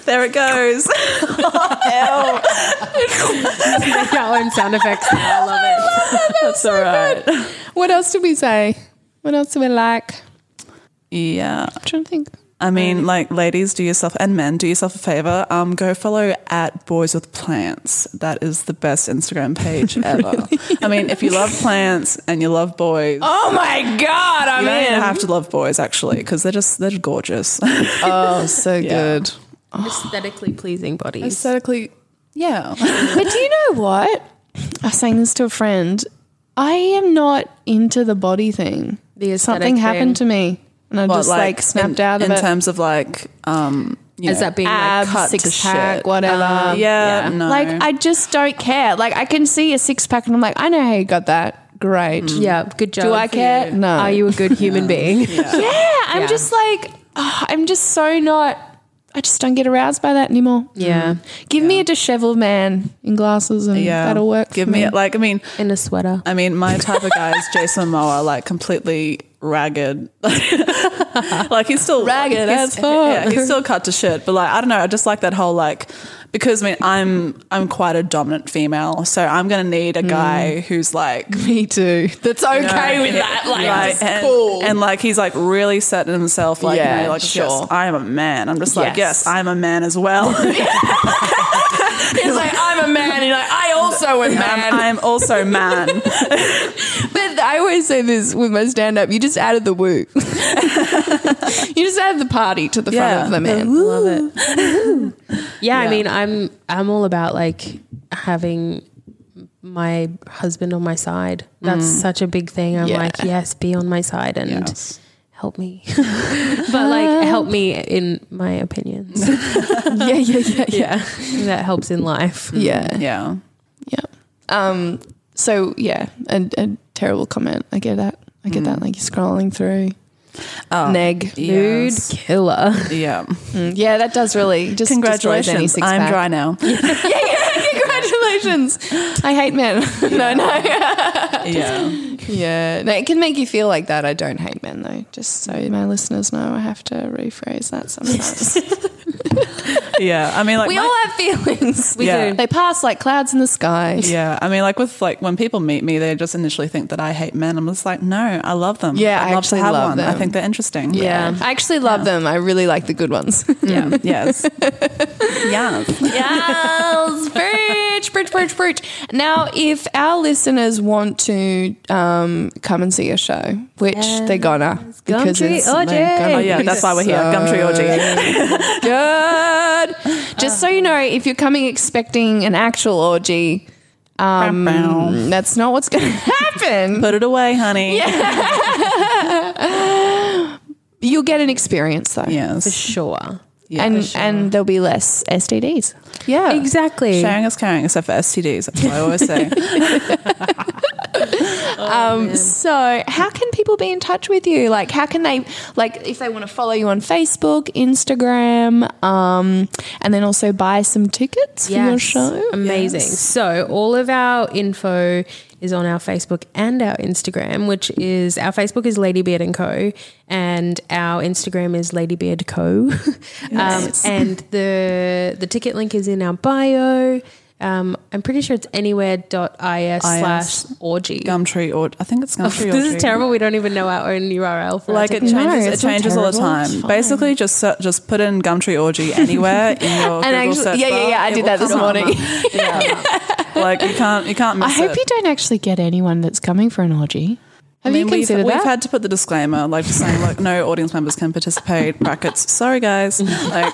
S3: There it *laughs* goes.
S4: Our own
S2: *laughs*
S4: sound effects. now. I love it.
S3: that's all right.
S2: what else did we say? What else do we like?
S3: Yeah.
S2: I'm trying to think.
S3: I mean, like, ladies, do yourself and men, do yourself a favor. Um, go follow at Boys with Plants. That is the best Instagram *laughs* page ever. I mean, if you love plants and you love boys,
S2: Oh my god,
S3: you
S2: I'm
S3: don't even have to love boys actually because they're just they're gorgeous. *laughs*
S2: Oh, so good.
S4: Oh. Aesthetically pleasing bodies.
S3: aesthetically. Yeah.
S2: But do you know what? I was saying this to a friend. I am not into the body thing.
S4: The aesthetic
S2: Something happened to
S4: thing.
S2: me. And I'm just like, snapped
S3: in,
S2: out of
S3: in
S2: it.
S3: terms of like um you
S4: Is
S3: know,
S4: that being
S2: abs,
S4: like cut
S2: six
S3: to
S2: pack,
S3: shit. Uh,
S2: whatever.
S3: yeah, no.
S2: Like I just don't care. Like I can see a six pack and I'm like, I know how you got that. Great.
S3: Mm.
S4: Yeah, good job.
S2: Do I care? No.
S4: Are you a good human being?
S2: *laughs* Yeah. I'm
S4: Yeah.
S2: just like, oh, I'm just so not. I just don't get aroused by that anymore. Mm.
S4: Yeah.
S2: Give me a disheveled man in glasses and
S3: yeah,
S2: that'll work.
S3: Give
S2: for
S3: me like I mean
S4: *laughs* In a sweater.
S3: I mean my type of guy is Jason Momoa, like completely ragged. *laughs* like he's still
S2: Ragged as
S3: he's-
S2: fuck.
S3: Yeah, he's still cut to shit. But like I don't know, I just like that whole like because I mean I'm I'm quite a dominant female, so I'm gonna need a
S2: Mm.
S3: guy who's
S2: *laughs*
S3: like
S2: me too. That's *laughs* okay with
S3: *laughs*
S2: that. Like,
S3: Right,
S2: just
S3: and,
S2: cool.
S3: and like he's like really setting himself like
S2: Yeah,
S3: you know, like
S2: sure.
S3: yes, I am a man. I'm just
S2: Yes.
S3: like yes, I'm a man as
S2: *laughs*
S3: well. *laughs*
S2: It's *laughs* like I'm a man, and like I also am
S3: *laughs* I'm, I'm also man.
S2: But I always say this with my stand up: you just added the woo, *laughs* you just added the party to the
S3: Yeah.
S2: front of the man.
S4: Love it. *laughs* yeah, I mean, I'm I'm all about like having my husband on my side. That's such a big thing. I'm
S2: Mm. Yeah.
S4: like, yes, be on my side and help me. *laughs* but like help me in
S2: *laughs*
S4: my opinions.
S2: yeah, yeah, yeah, yeah,
S4: yeah. That helps in life.
S2: yeah,
S3: Mm-hmm. Yeah.
S2: yeah. Um. So yeah, a, a terrible comment. I get that. I get
S3: Mm.
S2: that. Like you're scrolling through.
S3: Oh,
S2: Neg.
S4: Mood
S3: Yes.
S4: killer.
S3: Yeah.
S2: Mm, Yeah, that does really just destroys any
S3: Congratulations.
S2: *laughs*
S3: I'm
S2: six-pack.
S3: dry now.
S2: Yeah, yeah, congratulations. Congratulations. I hate men. *laughs* no, no.
S3: yeah.
S2: Yeah. No, it can make you feel like that. I don't hate men, though. Just so my listeners know, I have to rephrase that sometimes.
S3: *laughs* Yeah. I mean, like,
S2: we
S3: my-
S2: all have feelings. We
S3: Yeah. do.
S2: They pass like clouds in the sky.
S3: yeah. I mean, like, with like when people meet me, they just initially think that I hate men. I'm just like, no, I love them.
S2: Yeah,
S3: I'd
S2: I
S3: love to
S2: actually
S3: have
S2: love
S3: one. I
S2: them.
S3: think they're interesting.
S2: Yeah. I actually love them. I really like the good *laughs* ones.
S3: Yeah. yes. yes.
S2: yes, preach, preach, preach, preach. Now, if our listeners want to um, come and see your show, which they're gonna, because
S4: Gumtree
S2: it's they're
S4: orgy.
S2: gonna
S3: Oh, yeah.
S2: be
S3: That's why we're here. Gumtree orgy.
S2: good. *laughs* Just so you know, if you're coming expecting an actual orgy,
S3: Bow.
S2: that's not what's gonna *laughs* happen.
S3: Put it away, honey.
S2: You'll get an experience though,
S3: Yes.
S4: Sure.
S2: and and there'll be less STDs. Yeah,
S4: Exactly.
S3: Sharing is caring, except for STDs. That's what I always
S2: *laughs*
S3: say.
S2: So, how can people be in touch with you? Like, how can they, like, if they want to follow you on Facebook, Instagram, um, and then also buy some tickets for your show?
S3: Um,
S4: Amazing. So all of our info is on our Facebook and our Instagram, which is our Facebook is Ladybeard and Co. and our Instagram is Ladybeard Co. *laughs* um, and the the ticket link is in our bio. Um, I'm pretty sure it's anywhere.is slash orgy.
S3: Gumtree or I think
S2: Oh,
S3: it's Gumtree.
S4: This
S3: orgy.
S4: is terrible. We don't even know our own URL for
S3: Like
S4: our
S3: it
S4: ticket.
S2: No,
S3: changes, it
S2: it's not
S3: changes all the
S2: terrible. It's
S3: time. Basically, just ser- just put in Gumtree
S2: *laughs*
S3: orgy anywhere in your Google
S2: And actually-
S3: search
S2: yeah, yeah,
S3: bar.
S2: yeah, I
S3: It
S2: did
S3: will
S2: that this
S3: come up. *laughs*
S2: morning.
S3: yeah, like you can't you can't miss
S2: I hope
S3: it.
S2: you don't actually get anyone that's coming for an orgy. Have
S3: I mean,
S2: you
S3: we've,
S2: considered
S3: we've
S2: that?
S3: had to put the disclaimer, like just saying, like no audience members can participate. Brackets, sorry guys.
S2: *laughs*
S3: Like,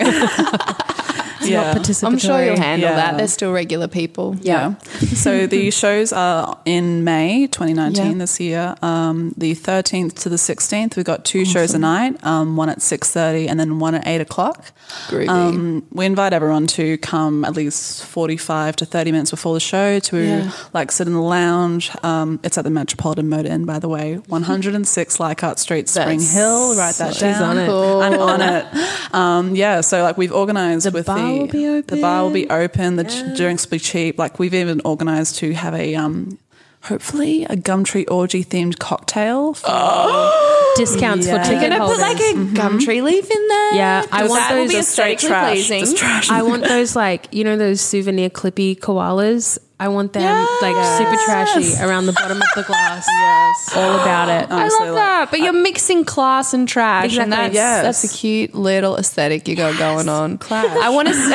S3: *laughs* yeah,
S2: I'm sure you'll handle
S3: Yeah.
S2: that. They're still regular people.
S3: Yeah. so the shows are in May 2019
S2: Yeah.
S3: this year. Um, the 13th to the 16th, we've got two shows a night. Um, one at 6:30 and then one at 8 o'clock.
S2: Groovy.
S3: Um, we invite everyone to come at least 45 to 30 minutes before the show to
S2: Yeah.
S3: like sit in the lounge. Um, it's at the Metropolitan Motor Inn, by the way, 106 Leichhardt Street, Spring
S2: That's
S3: Hill. Write that
S4: so
S3: down.
S4: on it.
S3: *laughs* I'm on it. Um, yeah, so like we've organised with the
S4: bar will be open.
S3: the bar will be open. The ch- drinks will be cheap. Like we've even organised to have a um, hopefully a Gumtree orgy themed cocktail. For,
S2: Oh,
S4: Discounts
S3: Yeah.
S4: for
S3: You're
S4: ticket
S2: Can I put
S4: holders.
S2: like a
S3: Mm-hmm.
S2: gum tree leaf in there?
S4: Yeah, I want
S2: that will
S4: those-
S2: be
S4: Just
S3: straight
S2: aesthetically
S3: trash.
S2: pleasing. *laughs*
S3: Just trash. *laughs*
S4: I want those like you know those souvenir clippy koalas. I want them like super trashy around the bottom of the glass. yes, all about it.
S2: I
S3: Honestly,
S2: love
S3: like-
S2: that. But you're mixing class and trash, and
S4: Exactly.
S2: that's
S3: Yes.
S2: that's a cute little aesthetic you got going on. Clash. I want to
S3: *laughs*
S2: see,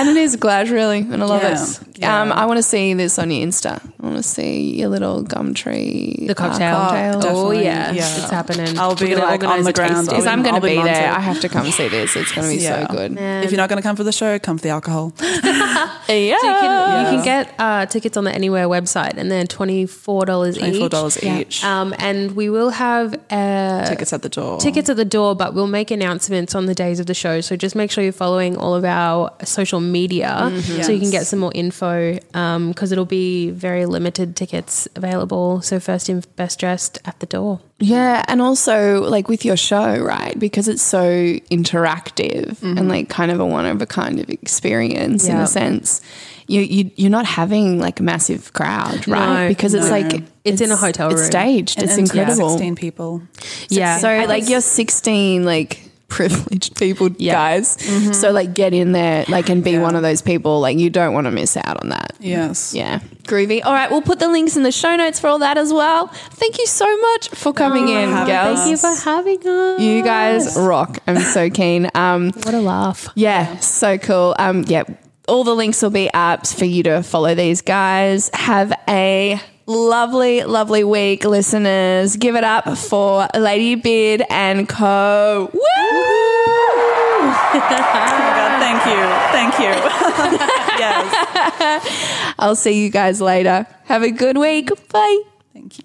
S2: and it is glash really, and I love
S3: Yes.
S2: it. Um, I want to see this on your Insta. I want to see your little gum tree. uh,
S4: the cocktail.
S2: cocktail.
S4: Oh
S3: Definitely,
S4: yeah.
S3: yeah.
S4: it's happening.
S3: I'll be
S4: We're gonna
S3: like on
S4: organise
S3: the
S4: a
S3: ground.
S4: tasting.
S3: I'll
S2: because I'm going to
S3: I'll be
S2: be
S3: monitored.
S2: there. I have to come and see this. It's going to be
S3: Yeah.
S2: so good.
S3: If you're not going to come for the show, come for
S2: *gasps*
S3: the alcohol.
S2: Yeah.
S4: You can, you can get uh, tickets on the Anywhere website, and they're twenty four dollars each.
S3: Twenty four dollars each.
S2: Uh,
S4: Um, and we will have uh,
S3: Tickets at the door.
S4: tickets at the door, but we'll make announcements on the days of the show. So just make sure you're following all of our social media so you can get some more info because it'll be very limited tickets available. So first in, best dressed at the door.
S2: Yeah, and also like with your show, right? Because it's so interactive and like kind of a one of a kind of experience in
S4: Mm-hmm. Yeah.
S2: a sense. You you you're not having like a massive crowd, right?
S4: No,
S2: because it's
S3: no.
S2: like
S4: It's in a hotel
S2: It's
S4: room.
S2: staged.
S3: And
S2: it's
S3: intimate,
S2: incredible.
S3: Sixteen people.
S4: Yeah.
S2: So like you're 16 like *laughs* privileged people
S4: Yeah. Mm-hmm.
S2: guys. So like get in there like and be one of those people like you don't want to miss out on that.
S3: Yes.
S2: Yeah, groovy. All right, we'll put the links in the show notes for all that as well. Thank you so much for coming in,
S3: having
S2: girls.
S3: us.
S4: Oh, Thank you for having us.
S2: You guys rock. I'm so keen. Um,
S4: What a laugh.
S2: yeah, so cool. Um, yeah, all the links will be up for you to follow these guys. Have a lovely, lovely week, listeners. Give it up for Lady Beard and Co. Woo!
S3: Oh my God, thank you. Thank you. *laughs*
S2: *laughs*
S3: yes.
S2: I'll see you guys later. Have a good week. Bye.
S3: Thank you.